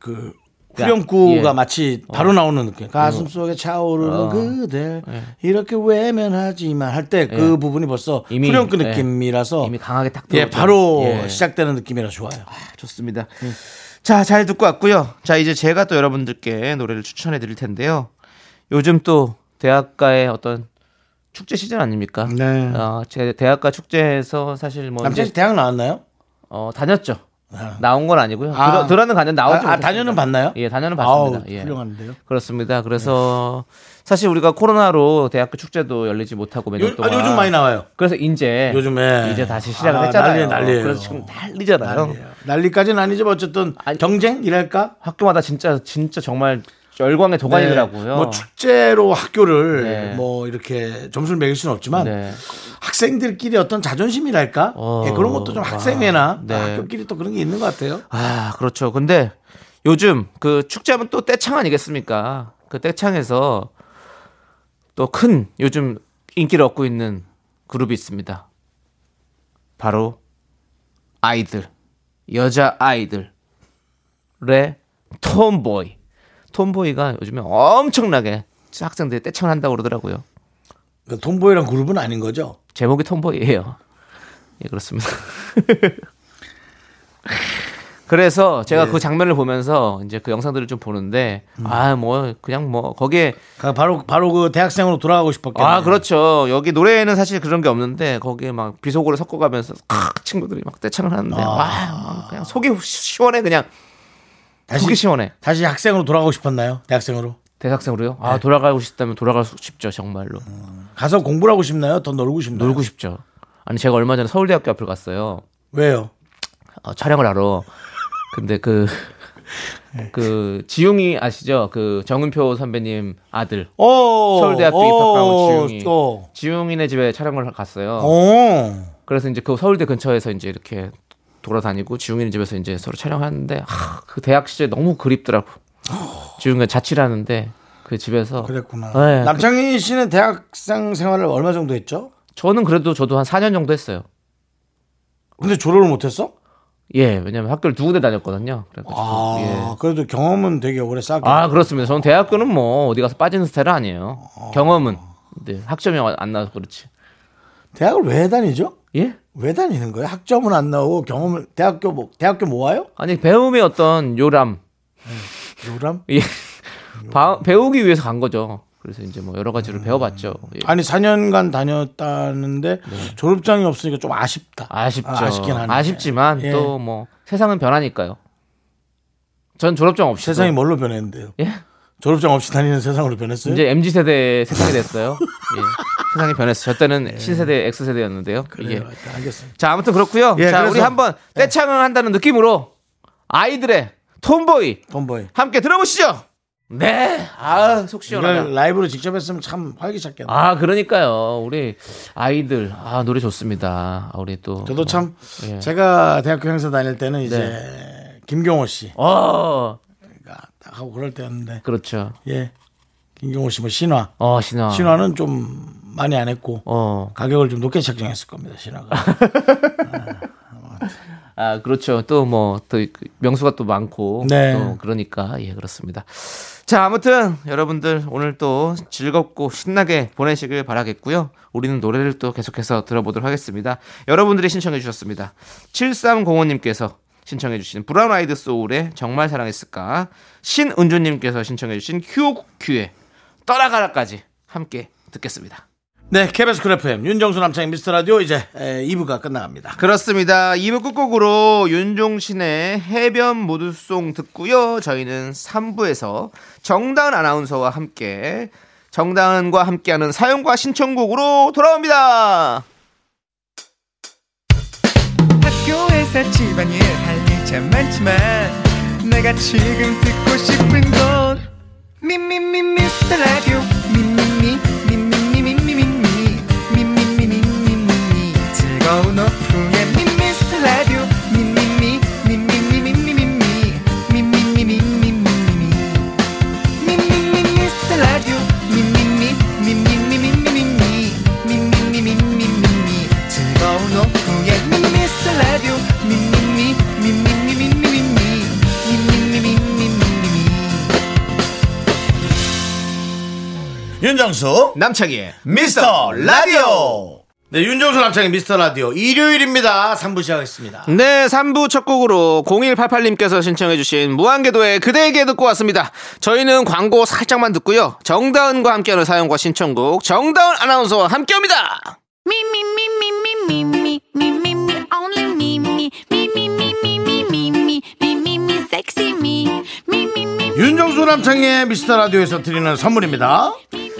[SPEAKER 1] 그 후렴구가
[SPEAKER 2] 예.
[SPEAKER 1] 마치 바로 나오는 느낌. 가슴 속에 차오르는 그대 이렇게 외면하지만 할 때 그 부분이 벌써
[SPEAKER 2] 이미,
[SPEAKER 1] 후렴구
[SPEAKER 2] 예.
[SPEAKER 1] 느낌이라서
[SPEAKER 2] 이미 강하게 딱
[SPEAKER 1] 예
[SPEAKER 2] 들어오죠.
[SPEAKER 1] 바로
[SPEAKER 2] 예. 음.
[SPEAKER 1] 시작되는 느낌이라 좋아요.
[SPEAKER 2] 좋습니다. 자, 잘 듣고 왔고요. 자, 이제 제가 또 여러분들께 노래를 추천해 드릴 텐데요. 요즘 또 대학가의 어떤 축제 시즌 아닙니까?
[SPEAKER 1] 네.
[SPEAKER 2] 어, 제 대학가 축제에서 사실 뭐
[SPEAKER 1] 남자
[SPEAKER 2] 이제,
[SPEAKER 1] 씨 대학 나왔나요?
[SPEAKER 2] 어, 다녔죠. 나온 건 아니고요.
[SPEAKER 1] 아.
[SPEAKER 2] 들어, 들어는 갔는데 나오지
[SPEAKER 1] 아, 아, 다녀는 봤나요?
[SPEAKER 2] 예, 다녀는 봤습니다.
[SPEAKER 1] 아우,
[SPEAKER 2] 예.
[SPEAKER 1] 훌륭한데요. 네.
[SPEAKER 2] 그렇습니다. 그래서 사실 우리가 코로나로 대학교 축제도 열리지
[SPEAKER 1] 요,
[SPEAKER 2] 못하고 몇년
[SPEAKER 1] 아,
[SPEAKER 2] 동안
[SPEAKER 1] 요즘 많이 나와요.
[SPEAKER 2] 그래서 이제
[SPEAKER 1] 요즘에.
[SPEAKER 2] 이제 다시 시작을
[SPEAKER 1] 아,
[SPEAKER 2] 했잖아요.
[SPEAKER 1] 난리예요, 난리예요.
[SPEAKER 2] 그래서 지금 난리잖아요.
[SPEAKER 1] 난리까지는 아니지만 어쨌든
[SPEAKER 2] 아니,
[SPEAKER 1] 경쟁이랄까?
[SPEAKER 2] 학교마다 진짜 진짜 정말 열광의 도가니더라고요.
[SPEAKER 1] 뭐 축제로 학교를
[SPEAKER 2] 네.
[SPEAKER 1] 뭐 이렇게 점수를 매길 수는 없지만
[SPEAKER 2] 네.
[SPEAKER 1] 학생들끼리 어떤 자존심이랄까?
[SPEAKER 2] 어,
[SPEAKER 1] 예, 그런 것도 좀
[SPEAKER 2] 와.
[SPEAKER 1] 학생회나
[SPEAKER 2] 네.
[SPEAKER 1] 학교끼리 또 그런 게 있는 것 같아요.
[SPEAKER 2] 아 그렇죠. 근데 요즘 그 축제하면 또 떼창 아니겠습니까? 그 떼창에서 또 큰 요즘 인기를 얻고 있는 그룹이 있습니다. 바로 아이들 여자 아이들의 톰보이 톰보이가 요즘에 엄청나게 학생들이 떼창을 한다고 그러더라고요.
[SPEAKER 1] 그 톰보이랑 그룹은 아닌 거죠?
[SPEAKER 2] 제목이 톰보이예요. 예, 그렇습니다. 그래서 제가 그 장면을 보면서 이제 그 영상들을 좀 보는데 아 뭐 그냥 뭐 거기에
[SPEAKER 1] 그 바로 바로 그 대학생으로 돌아가고 싶었겠네요.
[SPEAKER 2] 아 그렇죠 여기 노래에는 사실 그런 게 없는데 거기에 막 비속어를 섞어가면서 크, 친구들이 막 떼창을 하는데 와 그냥 속이 시- 시원해 그냥
[SPEAKER 1] 다시
[SPEAKER 2] 속이 시원해
[SPEAKER 1] 다시 학생으로 돌아가고 싶었나요? 대학생으로
[SPEAKER 2] 대학생으로요 아 돌아가고 싶다면 돌아가고 싶죠 정말로
[SPEAKER 1] 가서 공부를 하고 싶나요? 더 놀고 싶나요?
[SPEAKER 2] 놀고 싶죠 아니 제가 얼마 전에 서울대학교 앞을 갔어요
[SPEAKER 1] 왜요?
[SPEAKER 2] 어, 촬영을 하러. 근데 그, 그, 지웅이 아시죠? 그 정은표 선배님 아들.
[SPEAKER 1] 어,
[SPEAKER 2] 서울대학교
[SPEAKER 1] 어,
[SPEAKER 2] 입학하고 지웅이.
[SPEAKER 1] 어.
[SPEAKER 2] 지웅이네 집에 촬영을 갔어요.
[SPEAKER 1] 어.
[SPEAKER 2] 그래서 이제 그 서울대 근처에서 이제 이렇게 돌아다니고 지웅이는 집에서 이제 서로 촬영하는데 하, 그 대학 시절 너무 그립더라고. 지웅이가 자취를 하는데 그 집에서
[SPEAKER 1] 그랬구나.
[SPEAKER 2] 네,
[SPEAKER 1] 남창희 씨는 대학생 생활을 얼마 정도 했죠?
[SPEAKER 2] 저는 그래도 저도 한 4년 정도 했어요.
[SPEAKER 1] 근데 졸업을 못했어?
[SPEAKER 2] 예, 왜냐면 학교를 두 군데 다녔거든요. 그래가지고,
[SPEAKER 1] 아,
[SPEAKER 2] 예.
[SPEAKER 1] 그래도 경험은 되게 오래 쌓게.
[SPEAKER 2] 아, 그렇습니다. 저는 대학교는 뭐 어디 가서 빠지는 스타일은 아니에요. 경험은. 네, 학점이 안 나와서 그렇지.
[SPEAKER 1] 대학을 왜 다니죠?
[SPEAKER 2] 예?
[SPEAKER 1] 왜 다니는 거예요? 학점은 안 나오고 경험을 대학교 뭐 대학교 모아요?
[SPEAKER 2] 아니, 배움의 어떤 요람.
[SPEAKER 1] 요람?
[SPEAKER 2] 예. 바- 배우기 위해서 간 거죠. 그래서 이제 뭐 여러 가지를 배워봤죠. 예.
[SPEAKER 1] 아니 4년간 다녔다는데 졸업장이 없으니까 좀 아쉽다.
[SPEAKER 2] 네. 아쉽죠.
[SPEAKER 1] 아, 쉽긴 하네.
[SPEAKER 2] 지만
[SPEAKER 1] 예.
[SPEAKER 2] 또 뭐 세상은 변하니까요. 전 졸업장 없이
[SPEAKER 1] 세상이 뭐- 뭘로 변했는데요?
[SPEAKER 2] 예?
[SPEAKER 1] 졸업장 없이 다니는 세상으로 변했어요?
[SPEAKER 2] 이제 mz 세대 세상이 됐어요. 예. 세상이 변했어요. 저 때는 신세대 x 세대였는데요.
[SPEAKER 1] 예.
[SPEAKER 2] 예.
[SPEAKER 1] 그래요. 하여튼 알겠습니다.
[SPEAKER 2] 자 아무튼 그렇고요.
[SPEAKER 1] 예,
[SPEAKER 2] 자
[SPEAKER 1] 그래서-
[SPEAKER 2] 우리 한번 떼창을 한다는 느낌으로 아이들의 톰보이
[SPEAKER 1] 톰보이.
[SPEAKER 2] 함께 들어보시죠. 네, 아속 시원하다.
[SPEAKER 1] 이걸 라이브로 직접 했으면 참 활기찼겠네요.
[SPEAKER 2] 아 그러니까요. 우리 아이들 아 노래 좋습니다. 아, 우리 또
[SPEAKER 1] 저도 참
[SPEAKER 2] 예.
[SPEAKER 1] 제가 대학교 행사 다닐 때는 이제 김경호 씨가
[SPEAKER 2] 어
[SPEAKER 1] 딱 하고 그럴 때였는데
[SPEAKER 2] 그렇죠.
[SPEAKER 1] 예 김경호 씨 뭐 신화
[SPEAKER 2] 어 신화.
[SPEAKER 1] 신화는 좀 많이 안 했고
[SPEAKER 2] 어.
[SPEAKER 1] 가격을 좀 높게 책정했을 겁니다 신화가
[SPEAKER 2] 아 그렇죠. 또 뭐 또 명수가 또 많고
[SPEAKER 1] 네.
[SPEAKER 2] 또 그러니까 예 그렇습니다. 자 아무튼 여러분들 오늘 또 즐겁고 신나게 보내시길 바라겠고요. 우리는 노래를 또 계속해서 들어보도록 하겠습니다. 여러분들이 신청해 주셨습니다. 7305님께서 신청해 주신 브라운 아이드 소울의 정말 사랑했을까 신은주님께서 신청해 주신 큐큐의 떠나가라까지 함께 듣겠습니다.
[SPEAKER 1] 네 KBS 쿨 FM 윤정수 남창의 미스터라디오 이제 2부가 끝나갑니다
[SPEAKER 2] 그렇습니다. 2부 끝곡으로 윤종신의 해변 무드송 듣고요. 저희는 3부에서 정다은 아나운서와 함께 정다은과 함께하는 사연과 신청곡으로 돌아옵니다.
[SPEAKER 5] 학교에서 집안일 할 일 참 많지만 내가 지금 듣고 싶은 건 미미미 미스터 라디오 미미미 미미미 미미미 미미미 미미미 즐거운 오후에 미스터 라디오 미미미 미미미 미미미 미미미 미미미 미미미 미스터 라디오 미미미 미미미 미미미 미미미 미미미 즐거운 오후에 미스터 라디오 미미미 미미미 미미미 미미미 미미미
[SPEAKER 1] 윤정수
[SPEAKER 2] 남창희의
[SPEAKER 1] 미스터 라디오 네 윤정수 남창의 미스터라디오 일요일입니다 3부 시작했습니다
[SPEAKER 2] 네, 3부 첫 곡으로 0188님께서 신청해주신 무한궤도의 그대에게 듣고 왔습니다. 저희는 광고 살짝만 듣고요. 정다은과 함께하는 사연과 신청곡 정다은 아나운서와 함께합니다.
[SPEAKER 4] Me, me, me, me, me, me, me, me, me, me, only me, me, me, me, me, me, me, me, me, me, me, me, sexy me, me, me, me.
[SPEAKER 1] 네. 윤정수 남창의 미스터라디오에서 드리는 선물입니다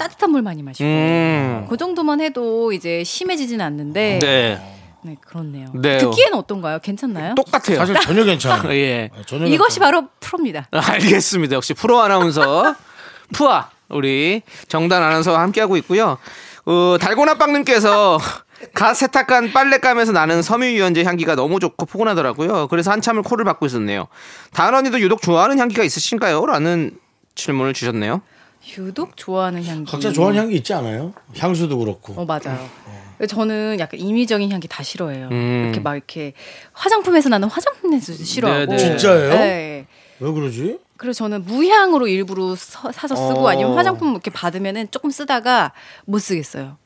[SPEAKER 6] 따뜻한 물 많이 마시고.
[SPEAKER 2] 음.
[SPEAKER 6] 그 정도만 해도 이제 심해지진 않는데 네,
[SPEAKER 2] 네.
[SPEAKER 6] 그렇네요.
[SPEAKER 2] 네.
[SPEAKER 6] 듣기에는 어떤가요? 괜찮나요?
[SPEAKER 2] 똑같아요.
[SPEAKER 1] 사실 전혀 괜찮아요
[SPEAKER 2] 예.
[SPEAKER 1] 전혀
[SPEAKER 6] 이것이 바로 프로입니다.
[SPEAKER 2] 알겠습니다. 역시 프로 아나운서 푸아 우리 정단 아나운서와 함께하고 있고요. 어, 달고나빵님께서 갓 세탁한 빨랫감에서 나는 섬유유연제 향기가 너무 좋고 포근하더라고요. 그래서 한참을 코를 박고 있었네요. 단원이도 유독 좋아하는 향기가 있으신가요? 라는 질문을 주셨네요.
[SPEAKER 6] 유독 좋아하는 향기.
[SPEAKER 1] 각자 좋아하는 향기 네. 있지 않아요? 향수도 그렇고.
[SPEAKER 6] 어 맞아요. 저는 약간 인위적인 향기 다 싫어해요. 이렇게 막 이렇게 화장품에서 나는 화장품 냄새도 싫어하고.
[SPEAKER 2] 음. 네, 네.
[SPEAKER 1] 진짜예요?
[SPEAKER 6] 네.
[SPEAKER 1] 왜 그러지?
[SPEAKER 6] 그래서 저는 무향으로 일부러 서- 사서 쓰고
[SPEAKER 2] 어.
[SPEAKER 6] 아니면 화장품 이렇게 받으면은 조금 쓰다가 못 쓰겠어요.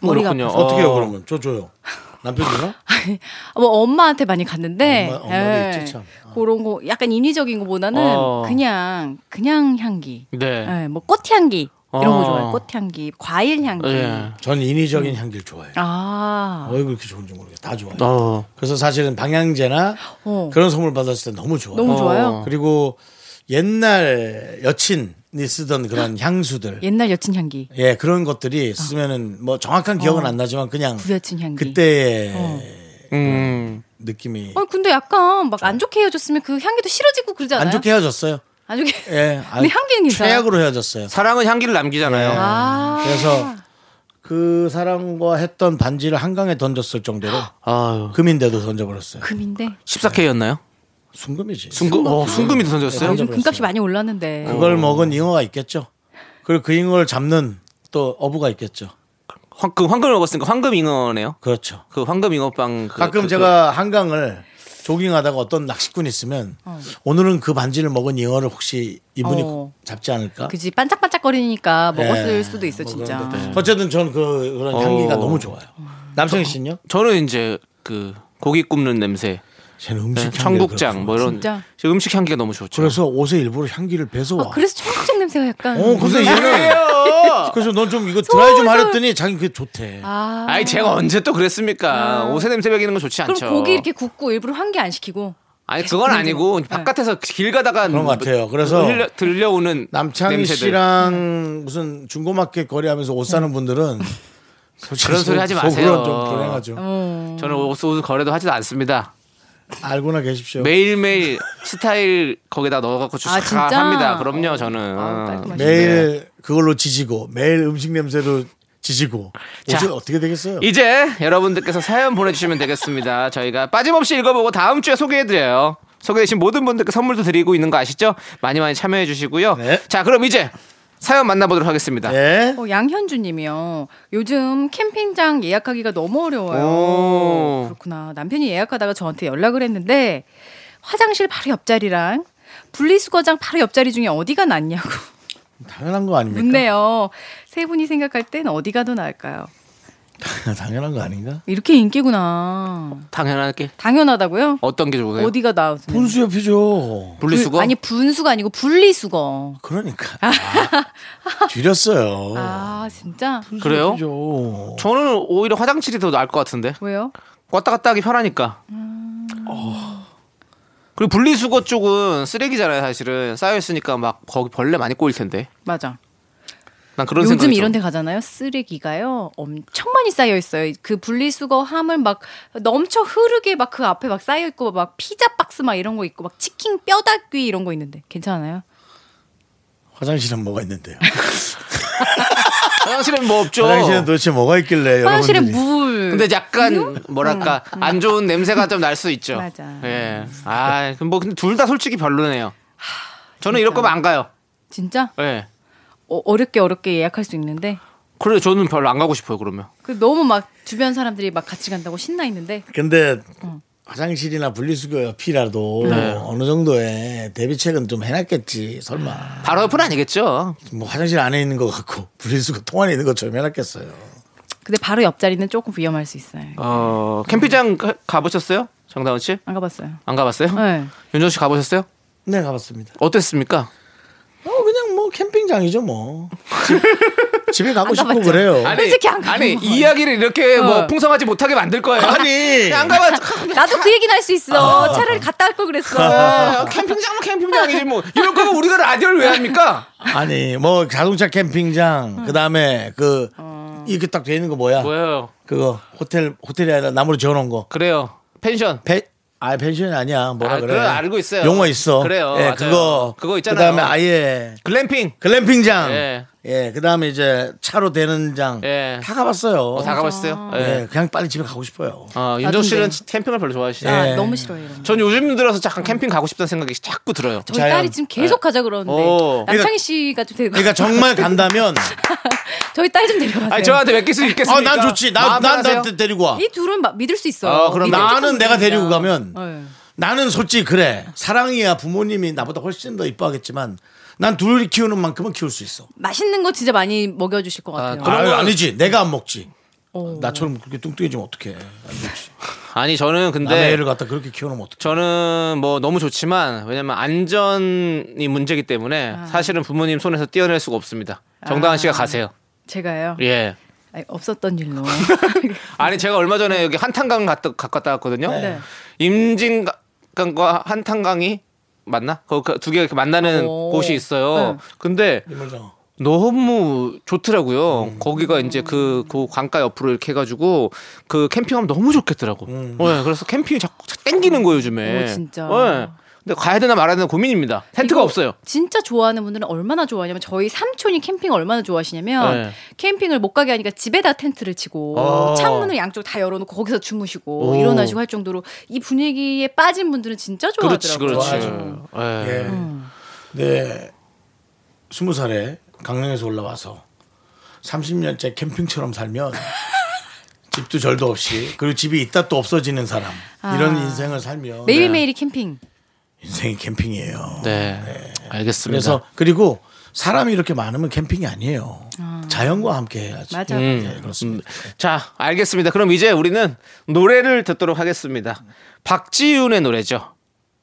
[SPEAKER 6] 머리가
[SPEAKER 2] 그렇군요.
[SPEAKER 6] 아파서.
[SPEAKER 1] 어떻게 해요
[SPEAKER 2] 어.
[SPEAKER 1] 그러면? 저 줘요. 남편 주나?
[SPEAKER 6] 뭐 엄마한테 많이 갔는데
[SPEAKER 1] 엄마- 엄마도
[SPEAKER 6] 예.
[SPEAKER 1] 있지, 참. 아.
[SPEAKER 6] 그런 거 약간 인위적인 거보다는
[SPEAKER 2] 어.
[SPEAKER 6] 그냥 그냥 향기.
[SPEAKER 2] 네.
[SPEAKER 6] 예, 뭐 꽃향기 이런
[SPEAKER 2] 어.
[SPEAKER 6] 거 좋아해요. 꽃향기, 과일 향기.
[SPEAKER 2] 예.
[SPEAKER 1] 전 인위적인 향기를 좋아해요.
[SPEAKER 6] 아.
[SPEAKER 1] 왜 그렇게 좋은지 모르겠어요. 다 좋아해요.
[SPEAKER 2] 어.
[SPEAKER 1] 그래서 사실은 방향제나
[SPEAKER 6] 어.
[SPEAKER 1] 그런 선물 받았을 때 너무 좋아요.
[SPEAKER 6] 너무
[SPEAKER 1] 어.
[SPEAKER 6] 좋아요.
[SPEAKER 1] 그리고 옛날 여친이 쓰던 그런 향수들.
[SPEAKER 6] 옛날 여친 향기,
[SPEAKER 1] 예, 그런 것들이 쓰면은 뭐 정확한 기억은 안 나지만 그냥
[SPEAKER 6] 아. 어. 구여친 향기.
[SPEAKER 1] 그때의
[SPEAKER 2] 음.
[SPEAKER 1] 느낌이
[SPEAKER 6] 어 근데 약간 막 안 좋게 헤어졌으면 그 향기도 싫어지고 그러지 않아요?
[SPEAKER 1] 안 좋게 헤어졌어요.
[SPEAKER 6] 안 좋게.
[SPEAKER 1] 예. 아,
[SPEAKER 6] 근데 향기는 괜찮아요.
[SPEAKER 1] 최악으로 헤어졌어요.
[SPEAKER 2] 사랑은 향기를 남기잖아요.
[SPEAKER 1] 네.
[SPEAKER 6] 아.
[SPEAKER 1] 그래서 그 사람과 했던 반지를 한강에 던졌을 정도로
[SPEAKER 2] 아유.
[SPEAKER 1] 금인데도 던져버렸어요.
[SPEAKER 6] 금인데
[SPEAKER 2] 14K였나요?
[SPEAKER 1] 순금이지. 네,
[SPEAKER 2] 순금? 어, 순금이도 던졌어요?
[SPEAKER 6] 요즘 금값이 많이 올랐는데.
[SPEAKER 1] 그걸 먹은 잉어가 있겠죠. 그리고 그 잉어를 잡는 또 어부가 있겠죠.
[SPEAKER 2] 황, 그 황금을 먹었으니까 황금 잉어네요.
[SPEAKER 1] 그렇죠.
[SPEAKER 2] 그 황금 잉어빵. 그,
[SPEAKER 1] 가끔
[SPEAKER 2] 그-
[SPEAKER 1] 제가 한강을 조깅하다가 어떤 낚시꾼이 있으면 오늘은 그 반지를 먹은 잉어를 혹시 이분이
[SPEAKER 6] 어.
[SPEAKER 1] 잡지 않을까?
[SPEAKER 6] 그지 반짝반짝거리니까 먹었을
[SPEAKER 1] 예,
[SPEAKER 6] 수도 있어
[SPEAKER 1] 뭐
[SPEAKER 6] 진짜.
[SPEAKER 1] 그런데 어쨌든 전 그, 그런 향기가 너무 좋아요. 남성 씨는요?
[SPEAKER 2] 저는 이제 그 고기 굽는 냄새,
[SPEAKER 1] 쟤는 음식 향기를
[SPEAKER 2] 네, 청국장 뭐 이런
[SPEAKER 6] 진짜?
[SPEAKER 2] 지금 음식 향기가 너무 좋죠.
[SPEAKER 1] 그래서 옷에 일부러 향기를 배서
[SPEAKER 6] 아,
[SPEAKER 1] 와.
[SPEAKER 6] 그래서 청국장 냄새가 약간.
[SPEAKER 1] 어, 근데 얘는 그래서 넌 좀 이거 드라이 좀 하랬더니 자기 그게 좋대.
[SPEAKER 6] 아.
[SPEAKER 2] 아니 제가 언제 또
[SPEAKER 1] 아.
[SPEAKER 2] 그랬습니까? 옷에 냄새 배기는 건 좋지
[SPEAKER 6] 그럼
[SPEAKER 2] 않죠.
[SPEAKER 6] 고기 이렇게 굽고 일부러 환기 안 시키고.
[SPEAKER 2] 아니 그건 아니고 바깥에서 길 가다가
[SPEAKER 1] 네. 그런 것 같아요. 그래서
[SPEAKER 2] 흘려- 들려오는
[SPEAKER 1] 남창희
[SPEAKER 2] 냄새들. 음.
[SPEAKER 1] 씨랑 무슨 중고마켓 거래하면서 옷
[SPEAKER 6] 음.
[SPEAKER 1] 사는 분들은 솔직히
[SPEAKER 2] 그런 소리 하지
[SPEAKER 1] 속- 속으로는
[SPEAKER 2] 마세요.
[SPEAKER 1] 좀 불행하죠.
[SPEAKER 6] 음.
[SPEAKER 2] 저는 옷, 옷 거래도 하지도 않습니다.
[SPEAKER 1] 알고나 계십시오.
[SPEAKER 2] 그렇죠. 매일매일 스타일 거기다 넣어갖고 주식
[SPEAKER 6] 아,
[SPEAKER 2] 다
[SPEAKER 6] 진짜?
[SPEAKER 2] 합니다. 그럼요, 저는.
[SPEAKER 6] 아, 깔끔하시네.
[SPEAKER 1] 매일 그걸로 지지고 매일 음식 냄새로 지지고
[SPEAKER 2] 자.
[SPEAKER 1] 어째 어떻게 되겠어요?
[SPEAKER 2] 이제 여러분들께서 사연 보내주시면 되겠습니다. 저희가 빠짐없이 읽어보고 다음 주에 소개해드려요. 소개되신 모든 분들께 선물도 드리고 있는 거 아시죠? 많이 많이 참여해주시고요.
[SPEAKER 1] 네.
[SPEAKER 2] 자, 그럼 이제 사연 만나보도록 하겠습니다.
[SPEAKER 1] 예.
[SPEAKER 6] 어, 양현주님이요. 요즘 캠핑장 예약하기가 너무 어려워요.
[SPEAKER 2] 오.
[SPEAKER 6] 그렇구나. 남편이 예약하다가 저한테 연락을 했는데 화장실 바로 옆자리랑 분리수거장 바로 옆자리 중에 어디가 낫냐고
[SPEAKER 1] 당연한 거
[SPEAKER 2] 그러니까.
[SPEAKER 1] 아닙니까?
[SPEAKER 6] 묻네요. 세 분이 생각할 땐 어디가 더 나을까요?
[SPEAKER 1] 당연한 거 아닌가?
[SPEAKER 6] 이렇게 인기구나.
[SPEAKER 2] 당연하게
[SPEAKER 6] 당연하다고요?
[SPEAKER 2] 어떤 게 좋으세요?
[SPEAKER 6] 어디가 나으세요?
[SPEAKER 1] 분수 옆이죠.
[SPEAKER 2] 분리수거?
[SPEAKER 6] 아니 분수가 아니고 분리수거.
[SPEAKER 1] 그러니까 아, 줄였어요.
[SPEAKER 2] 네.
[SPEAKER 6] 아 진짜?
[SPEAKER 2] 그래요?
[SPEAKER 1] 분수죠.
[SPEAKER 2] 저는 오히려 화장실이 더 나을 것 같은데.
[SPEAKER 6] 왜요?
[SPEAKER 2] 왔다 갔다 하기 편하니까.
[SPEAKER 1] 음.
[SPEAKER 2] 그리고 분리수거 쪽은 쓰레기잖아요, 사실은. 쌓여있으니까 막 거기 벌레 많이 꼬일 텐데.
[SPEAKER 6] 맞아.
[SPEAKER 2] 난 그런
[SPEAKER 6] 요즘
[SPEAKER 2] 생각이
[SPEAKER 6] 이런
[SPEAKER 2] 좀-
[SPEAKER 6] 데 가잖아요. 쓰레기가요. 엄청 많이 쌓여 있어요. 그 분리수거 함을 막 넘쳐 흐르게 막 그 앞에 막 쌓여 있고 막 피자 박스 막 이런 거 있고 막 치킨 뼈다귀 이런 거 있는데 괜찮아요?
[SPEAKER 1] 화장실은 뭐가 있는데요?
[SPEAKER 2] 화장실은 뭐 없죠.
[SPEAKER 1] 화장실은 도대체 뭐가 있길래
[SPEAKER 6] 화장실에
[SPEAKER 1] 여러분들이
[SPEAKER 6] 물.
[SPEAKER 2] 네, 근데 약간 뭐랄까 안 좋은 냄새가 좀 날 수 있죠.
[SPEAKER 6] 음. 맞아.
[SPEAKER 2] 예. 아, 그럼 뭐 근데 둘 다 솔직히 별로네요. 저는 이럴 거면 안 가요.
[SPEAKER 6] 진짜
[SPEAKER 2] 예.
[SPEAKER 6] 어, 어렵게 어렵게 예약할 수 있는데
[SPEAKER 2] 그래 저는 별로 안 가고 싶어요, 그러면.
[SPEAKER 6] 그 너무 막 주변 사람들이 막 같이 간다고 신나 있는데
[SPEAKER 1] 근데 화장실이나 분리수거 옆이라도
[SPEAKER 2] 네.
[SPEAKER 1] 어느 정도의 대비책은 좀 해놨겠지. 설마
[SPEAKER 2] 바로 옆은 아니겠죠.
[SPEAKER 1] 뭐 화장실 안에 있는 것 같고 분리수거 통 안에 있는 것처럼 해놨겠어요.
[SPEAKER 6] 근데 바로 옆자리는 조금 위험할 수 있어요.
[SPEAKER 2] 어, 캠핑장 가, 가보셨어요? 정다운 씨?
[SPEAKER 6] 안 가봤어요.
[SPEAKER 2] 안 가봤어요?
[SPEAKER 6] 네.
[SPEAKER 2] 윤정 씨 가보셨어요?
[SPEAKER 1] 네 가봤습니다.
[SPEAKER 2] 어땠습니까?
[SPEAKER 1] 어 그냥 뭐 캠핑장이죠 뭐 집- 집에 가고 싶고
[SPEAKER 6] 가봤죠.
[SPEAKER 2] 예?
[SPEAKER 1] 그래요.
[SPEAKER 6] 아니, 솔직히 안 가본
[SPEAKER 2] 아니
[SPEAKER 6] 거예요.
[SPEAKER 2] 이야기를 이렇게
[SPEAKER 6] 어.
[SPEAKER 2] 뭐 풍성하지 못하게 만들 거예요.
[SPEAKER 1] 아니.
[SPEAKER 2] 안 가봤.
[SPEAKER 6] 나도 그 얘기는 할 수 있어. 차라리 갔다 올 걸 그랬어.
[SPEAKER 2] 아, 캠핑장은 캠핑장이지 뭐 이럴 거면 우리가 라디오를 왜 합니까?
[SPEAKER 1] 아니 뭐 자동차 캠핑장 그 다음에 그
[SPEAKER 6] 어.
[SPEAKER 1] 이렇게 딱 돼 있는 거 뭐야?
[SPEAKER 2] 뭐예요?
[SPEAKER 1] 그거 호텔 호텔이 아니라 나무로 지어놓은 거.
[SPEAKER 2] 그래요. 펜션.
[SPEAKER 1] 펜, 아 펜션이 아니야 뭐라
[SPEAKER 2] 아,
[SPEAKER 1] 그래?
[SPEAKER 2] 그건 알고 있어요.
[SPEAKER 1] 용어 있어.
[SPEAKER 2] 그래요,
[SPEAKER 1] 예,
[SPEAKER 2] 맞아요.
[SPEAKER 1] 그거
[SPEAKER 2] 그거 있잖아요.
[SPEAKER 1] 그다음에 아예
[SPEAKER 2] 글램핑.
[SPEAKER 1] 글램핑장.
[SPEAKER 2] 예.
[SPEAKER 1] 예. 예, 그 다음에 이제 차로 되는 장.
[SPEAKER 2] 예.
[SPEAKER 1] 다 가봤어요.
[SPEAKER 2] 어, 다 가봤어요?
[SPEAKER 1] 예.
[SPEAKER 2] 예.
[SPEAKER 1] 그냥 빨리 집에 가고 싶어요.
[SPEAKER 6] 아,
[SPEAKER 2] 어, 윤정 씨는
[SPEAKER 6] 나도
[SPEAKER 2] 캠핑을 별로 좋아하시나요?
[SPEAKER 6] 아,
[SPEAKER 1] 예.
[SPEAKER 6] 너무 싫어요. 이런 거.
[SPEAKER 2] 전 요즘 들어서 잠깐 캠핑 가고 싶다는 생각이 자꾸 들어요.
[SPEAKER 6] 저희
[SPEAKER 1] 자연.
[SPEAKER 6] 딸이 지금 계속 가자 그러는데
[SPEAKER 2] 오.
[SPEAKER 6] 남창희 씨가 좀 데리고
[SPEAKER 1] 그러니까 정말 간다면,
[SPEAKER 6] 저희 딸 좀 데려가세요.
[SPEAKER 2] 아니 저한테 맡길 수 있겠습니까?
[SPEAKER 1] 어, 난 좋지. 나,
[SPEAKER 2] 마음
[SPEAKER 1] 난,
[SPEAKER 2] 편하세요?
[SPEAKER 1] 나 데리고 와.
[SPEAKER 6] 이 둘은 막 믿을 수 있어요.
[SPEAKER 2] 아, 그럼
[SPEAKER 6] 믿을
[SPEAKER 1] 나는
[SPEAKER 6] 정도입니다.
[SPEAKER 1] 내가 데리고 가면
[SPEAKER 6] 네.
[SPEAKER 1] 나는 솔직히 그래. 사랑이야 부모님이 나보다 훨씬 더 이뻐하겠지만 난 둘이 키우는 만큼은 키울 수 있어.
[SPEAKER 6] 맛있는 거 진짜 많이 먹여주실 것 같아요.
[SPEAKER 1] 아유, 아니지. 내가 안 먹지. 나처럼 그렇게 뚱뚱해지면 어떡해. 안 되지.
[SPEAKER 2] 아니 저는
[SPEAKER 1] 남의
[SPEAKER 2] 근데
[SPEAKER 1] 애를 갖다 그렇게 키우면 어떡해.
[SPEAKER 2] 저는 뭐 너무 좋지만 왜냐면 안전이 문제기 때문에
[SPEAKER 6] 아.
[SPEAKER 2] 사실은 부모님 손에서 떼어낼 수가 없습니다. 정다은 씨가 가세요.
[SPEAKER 6] 제가요.
[SPEAKER 2] 예.
[SPEAKER 6] 아니, 없었던 일로.
[SPEAKER 2] 아니 제가 얼마 전에 여기 한탄강 갔다 갖고 왔다 왔거든요.
[SPEAKER 6] 네.
[SPEAKER 2] 임진강과 한탄강이 맞나? 그두개 이렇게 만나는
[SPEAKER 6] 오.
[SPEAKER 2] 곳이 있어요.
[SPEAKER 6] 네.
[SPEAKER 2] 근데
[SPEAKER 1] 이물정.
[SPEAKER 2] 너무 좋더라고요.
[SPEAKER 1] 음.
[SPEAKER 2] 거기가 이제 그, 그 강가 옆으로 이렇게 해가지고 그 캠핑하면 너무 좋겠더라고.
[SPEAKER 1] 음.
[SPEAKER 2] 네, 그래서 캠핑이 자꾸 땡기는 거예요, 요즘에.
[SPEAKER 6] 오, 진짜.
[SPEAKER 2] 네. 근데 가야 되나 말아야 되나 고민입니다. 텐트가
[SPEAKER 6] 이거
[SPEAKER 2] 없어요.
[SPEAKER 6] 진짜 좋아하는 분들은 얼마나 좋아하냐면 저희 삼촌이 캠핑 얼마나 좋아하시냐면
[SPEAKER 2] 네.
[SPEAKER 6] 캠핑을 못 가게 하니까 집에다 텐트를 치고
[SPEAKER 2] 어.
[SPEAKER 6] 창문을 양쪽 다 열어놓고 거기서 주무시고
[SPEAKER 2] 오.
[SPEAKER 6] 일어나시고 할 정도로 이 분위기에 빠진 분들은 진짜
[SPEAKER 2] 그렇지,
[SPEAKER 6] 좋아하더라고요.
[SPEAKER 2] 그렇지.
[SPEAKER 1] 좋아하죠.
[SPEAKER 2] 예.
[SPEAKER 1] 예. 네. 스무 살에 강릉에서 올라와서 30년째 캠핑처럼 살면 집도 절도 없이 그리고 집이 있다 또 없어지는 사람 이런 인생을 살면
[SPEAKER 6] 아. 매일매일이 캠핑.
[SPEAKER 1] 인생이 캠핑이에요.
[SPEAKER 2] 네. 알겠습니다.
[SPEAKER 1] 예. 그래서 그리고 사람이 이렇게 많으면 캠핑이 아니에요. 자연과 함께 해야지.
[SPEAKER 6] 맞아.
[SPEAKER 2] 음.
[SPEAKER 1] 네, 그렇습니다.
[SPEAKER 2] 자, 알겠습니다. 그럼 이제 우리는 노래를 듣도록 하겠습니다. 박지윤의 노래죠.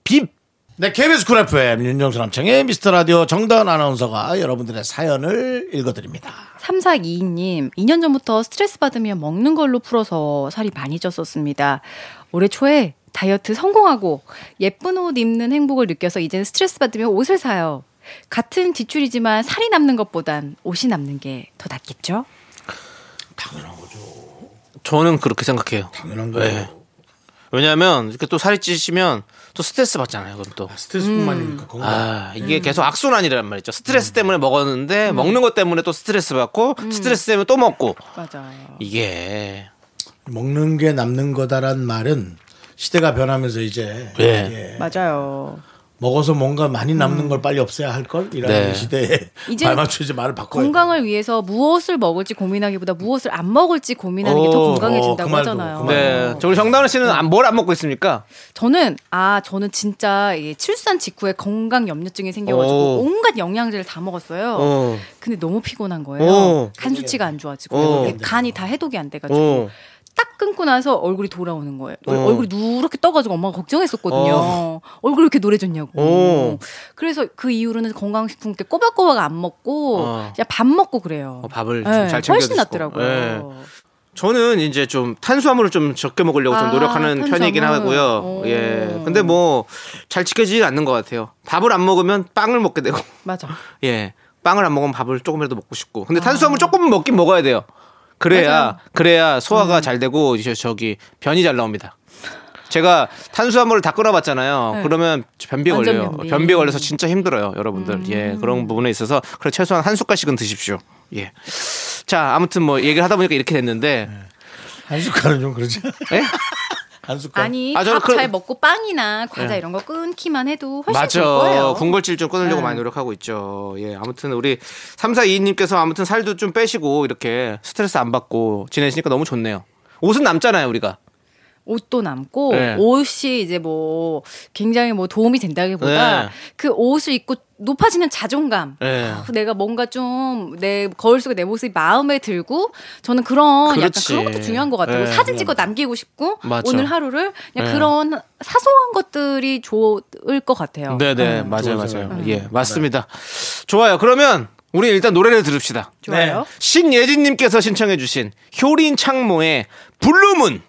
[SPEAKER 2] 빕.
[SPEAKER 1] 네, KBS 쿨 FM 윤정수 남창의 미스터 라디오 정다은 아나운서가 여러분들의 사연을 읽어드립니다.
[SPEAKER 6] 3422님, 2년 전부터 스트레스 받으면 먹는 걸로 풀어서 살이 많이 쪘었습니다. 올해 초에 다이어트 성공하고 예쁜 옷 입는 행복을 느껴서 이제는 스트레스 받으면 옷을 사요. 같은 지출이지만 살이 남는 것보단 옷이 남는 게 더 낫겠죠?
[SPEAKER 2] 저는 그렇게 생각해요.
[SPEAKER 1] 당연한 거예요.
[SPEAKER 2] 네. 왜냐하면 이렇게 또 살이 찌시면 또 스트레스 받잖아요. 그럼 또.
[SPEAKER 1] 스트레스뿐만이니까 건강.
[SPEAKER 2] 아, 이게 계속 악순환이란 말이죠. 스트레스 때문에 먹었는데 먹는 것 때문에 또 스트레스 받고 스트레스 때문에 또 먹고
[SPEAKER 6] 맞아요.
[SPEAKER 2] 이게
[SPEAKER 1] 먹는 게 남는 거다란 말은 시대가 변하면서 이제
[SPEAKER 2] 예.
[SPEAKER 1] 예,
[SPEAKER 6] 네. 맞아요.
[SPEAKER 1] 먹어서 뭔가 많이 남는 걸 빨리 없애야 할 걸 이라는
[SPEAKER 2] 네.
[SPEAKER 1] 시대에
[SPEAKER 6] 이제
[SPEAKER 1] 발맞추지 말을 바꿔야
[SPEAKER 6] 건강을 위해서 무엇을 먹을지 고민하기보다 무엇을 안 먹을지 고민하는 게 더
[SPEAKER 2] 오,
[SPEAKER 1] 어, 그
[SPEAKER 6] 건강해진다고
[SPEAKER 1] 말도,
[SPEAKER 6] 하잖아요.
[SPEAKER 1] 그 말도.
[SPEAKER 2] 네. 저 우리 정다은 씨는 뭘 안 먹고 있습니까?
[SPEAKER 6] 저는 아 저는 진짜 이 출산 직후에 건강 염려증이 생겨가지고
[SPEAKER 2] 오.
[SPEAKER 6] 온갖 영양제를 다 먹었어요.
[SPEAKER 2] 어.
[SPEAKER 6] 근데 너무 피곤한 거예요.
[SPEAKER 2] 오.
[SPEAKER 6] 간 수치가 안 좋아지고
[SPEAKER 2] 어.
[SPEAKER 6] 이게 간이 다 해독이 안 돼가지고
[SPEAKER 2] 어.
[SPEAKER 6] 딱 끊고 나서 얼굴이 돌아오는 거예요. 얼-
[SPEAKER 2] 어.
[SPEAKER 6] 얼굴이 누렇게 떠가지고 엄마가 걱정했었거든요.
[SPEAKER 2] 어.
[SPEAKER 6] 얼굴이 왜 이렇게 노래졌냐고.
[SPEAKER 2] 어.
[SPEAKER 6] 그래서 그 이후로는 건강식품 이렇게 꼬박꼬박 안 먹고
[SPEAKER 2] 어.
[SPEAKER 6] 그냥 밥 먹고 그래요.
[SPEAKER 2] 어, 밥을
[SPEAKER 6] 네,
[SPEAKER 2] 좀잘 챙겨
[SPEAKER 6] 훨씬
[SPEAKER 2] 드시고.
[SPEAKER 6] 낫더라고요.
[SPEAKER 2] 네. 저는 이제 좀 탄수화물을 좀 적게 먹으려고 좀
[SPEAKER 6] 아,
[SPEAKER 2] 노력하는
[SPEAKER 6] 탄수화물.
[SPEAKER 2] 편이긴 하고요.
[SPEAKER 6] 오.
[SPEAKER 2] 예. 근데 뭐 잘 지켜지지 않는 것 같아요. 밥을 안 먹으면 빵을 먹게 되고.
[SPEAKER 6] 맞아.
[SPEAKER 2] 예. 빵을 안 먹으면 밥을 조금이라도 먹고 싶고. 근데 탄수화물 조금 먹긴 먹어야 돼요. 그래야
[SPEAKER 6] 아. 맞아요. 음.
[SPEAKER 2] 그래야 소화가 잘 되고 이제 저기 변이 잘 나옵니다. 제가 탄수화물을 다 끊어봤잖아요.
[SPEAKER 6] 네.
[SPEAKER 2] 그러면 변비
[SPEAKER 6] 완전
[SPEAKER 2] 걸려요.
[SPEAKER 6] 변비. 음.
[SPEAKER 2] 변비. 걸려서 진짜 힘들어요, 여러분들. 예, 그런 부분에 있어서 그래 최소한 한 숟갈씩은 드십시오. 예. 자, 아무튼 뭐 얘기를 하다 보니까 이렇게 됐는데.
[SPEAKER 1] 한 숟갈은 좀 그러지.
[SPEAKER 2] 예?
[SPEAKER 1] 한 숟갈.
[SPEAKER 6] 아니
[SPEAKER 2] 아, 저는
[SPEAKER 6] 밥 잘
[SPEAKER 2] 그-
[SPEAKER 6] 먹고 빵이나 과자 이런 거 끊기만 해도 훨씬
[SPEAKER 2] 맞아.
[SPEAKER 6] 좋을 거예요.
[SPEAKER 2] 군것질 좀 끊으려고
[SPEAKER 6] 네.
[SPEAKER 2] 많이 노력하고 있죠. 예. 아무튼 우리 3422님께서 아무튼 살도 좀 빼시고 이렇게 스트레스 안 받고 지내시니까 너무 좋네요. 옷은 남잖아요, 우리가.
[SPEAKER 6] 옷도 남고
[SPEAKER 2] 네.
[SPEAKER 6] 옷이 이제 뭐 굉장히 뭐 도움이 된다기보다
[SPEAKER 2] 네.
[SPEAKER 6] 그 옷을 입고 높아지는 자존감.
[SPEAKER 2] 예.
[SPEAKER 6] 아, 내가 뭔가 좀 내 거울 속에 내 모습이 마음에 들고 저는 그런
[SPEAKER 2] 그렇지.
[SPEAKER 6] 약간 그런 것도 중요한 것 같아요.
[SPEAKER 2] 네.
[SPEAKER 6] 사진 찍어 남기고 싶고
[SPEAKER 2] 맞아.
[SPEAKER 6] 오늘 하루를 그냥
[SPEAKER 2] 네.
[SPEAKER 6] 그런 사소한 것들이 좋을 것 같아요.
[SPEAKER 2] 네, 네. 맞아요, 맞아요. 예. 맞습니다. 좋아요. 그러면 우리 일단 노래를 들읍시다.
[SPEAKER 6] 좋아요.
[SPEAKER 2] 신예진 님께서 신청해 주신 효린 창모의 블루문.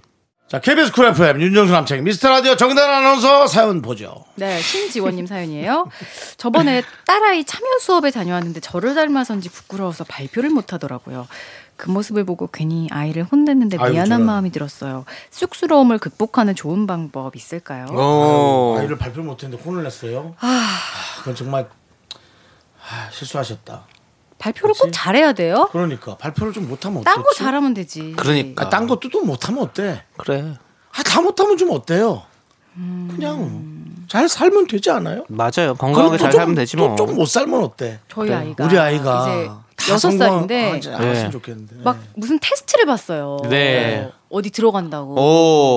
[SPEAKER 1] 자, KBS 쿨 FM 윤정수 남창 미스터 라디오 정단 아나운서 사연 보죠.
[SPEAKER 6] 네, 신지원님 사연이에요. 저번에 딸아이 참여 수업에 다녀왔는데 저를 닮아서인지 부끄러워서 발표를 못 하더라고요. 그 모습을 보고 괜히 아이를 혼냈는데
[SPEAKER 1] 아이고,
[SPEAKER 6] 미안한
[SPEAKER 1] 저런.
[SPEAKER 6] 마음이 들었어요. 쑥스러움을 극복하는 좋은 방법 있을까요?
[SPEAKER 1] 어,
[SPEAKER 2] 오.
[SPEAKER 1] 아이를 발표 못했는데 혼을 냈어요. 아, 그건 정말 아, 실수하셨다.
[SPEAKER 6] 발표를 꼭 잘해야 돼요?
[SPEAKER 1] 아, 그러니까 발표를 좀 못하면
[SPEAKER 6] 딴 거
[SPEAKER 1] 어떡하지?
[SPEAKER 6] 잘하면 되지.
[SPEAKER 1] 그러니까 아, 딴 것도 또 못하면 어때?
[SPEAKER 2] 그래.
[SPEAKER 1] 아, 다 못하면 좀 어때요?
[SPEAKER 6] 음.
[SPEAKER 1] 그냥 잘 살면 되지 않아요?
[SPEAKER 2] 맞아요. 건강하게
[SPEAKER 1] 그래도
[SPEAKER 2] 잘
[SPEAKER 1] 좀-
[SPEAKER 2] 살면 되지
[SPEAKER 1] 또
[SPEAKER 2] 뭐.
[SPEAKER 1] 좀 못 살면 어때?
[SPEAKER 6] 저희 아이가
[SPEAKER 1] 우리 아이가
[SPEAKER 6] 이제 여섯 살인데
[SPEAKER 1] 아, 알았으면
[SPEAKER 2] 네.
[SPEAKER 1] 좋겠는데.
[SPEAKER 6] 막 무슨 테스트를 봤어요.
[SPEAKER 2] 네.
[SPEAKER 6] 어디 들어간다고.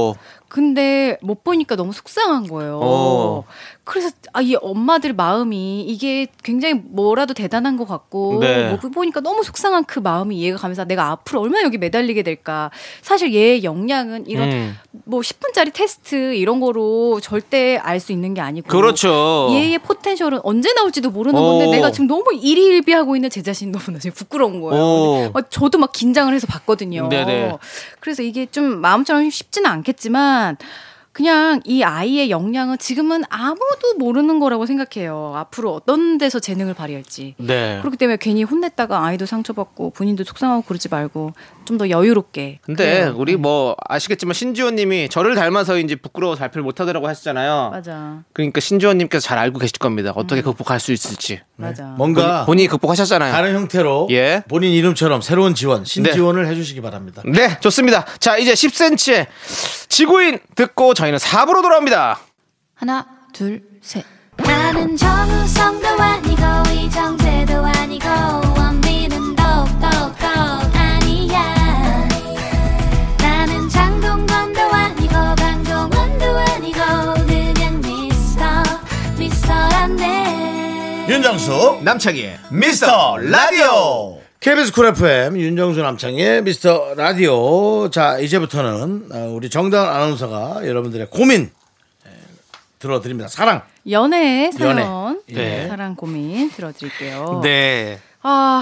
[SPEAKER 2] 오.
[SPEAKER 6] 근데 못 보니까 너무 속상한 거예요.
[SPEAKER 2] 어.
[SPEAKER 6] 그래서 아, 이 엄마들 마음이 이게 굉장히 뭐라도 대단한 것 같고
[SPEAKER 2] 네.
[SPEAKER 6] 못 보니까 너무 속상한 그 마음이 이해가 가면서 내가 앞으로 얼마나 여기 매달리게 될까. 사실 얘의 역량은 이런
[SPEAKER 2] 음.
[SPEAKER 6] 뭐 10분짜리 테스트 이런 거로 절대 알 수 있는 게 아니고
[SPEAKER 2] 그렇죠.
[SPEAKER 6] 얘의 포텐셜은 언제 나올지도 모르는
[SPEAKER 2] 오.
[SPEAKER 6] 건데 내가 지금 너무 일희일비하고 있는 제 자신이 너무나 지금 부끄러운 거예요.
[SPEAKER 2] 오.
[SPEAKER 6] 어, 저도 막 긴장을 해서 봤거든요.
[SPEAKER 2] 네네.
[SPEAKER 6] 그래서 이게 좀 마음처럼 쉽지는 않겠지만 그냥 이 아이의 역량은 지금은 아무도 모르는 거라고 생각해요. 앞으로 어떤 데서 재능을 발휘할지.
[SPEAKER 2] 네.
[SPEAKER 6] 그렇기 때문에 괜히 혼냈다가 아이도 상처받고 본인도 속상하고 그러지 말고 좀 더 여유롭게.
[SPEAKER 2] 근데 우리
[SPEAKER 6] 네.
[SPEAKER 2] 뭐 아시겠지만 신지호님이 저를 닮아서인지 부끄러워서 발표를 못하더라고 하시잖아요.
[SPEAKER 6] 맞아.
[SPEAKER 2] 그러니까 신지호님께서 잘 알고 계실 겁니다.
[SPEAKER 6] 음.
[SPEAKER 2] 어떻게 극복할 수 있을지
[SPEAKER 6] 맞아.
[SPEAKER 2] 뭐
[SPEAKER 1] 뭔가
[SPEAKER 2] 본인이 극복하셨잖아요.
[SPEAKER 1] 다른 형태로
[SPEAKER 2] 예.
[SPEAKER 1] 본인 이름처럼 새로운 지원, 신지원을 해주시기 바랍니다.
[SPEAKER 2] 네, 좋습니다. 자, 이제 10cm의 지구인 듣고 저희는 4부로 돌아옵니다.
[SPEAKER 6] 하나, 둘, 셋.
[SPEAKER 4] 나는 정우성도 아니고 이정재도 아니고 원빈은 더욱더 아니야 나는 장동건도 아니고 강동원도 아니고 그냥 미스터 미스터란데
[SPEAKER 1] 윤정수
[SPEAKER 2] 남창희의
[SPEAKER 1] 미스터 라디오 KBS 쿨 FM 윤정수 남창의 미스터 라디오 자 이제부터는 어, 우리 정다은 아나운서가 여러분들의 고민 에, 들어드립니다 사랑
[SPEAKER 6] 연애의 사연,
[SPEAKER 1] 연애.
[SPEAKER 2] 네.
[SPEAKER 6] 사랑 고민 들어드릴게요.
[SPEAKER 2] 네.
[SPEAKER 6] 아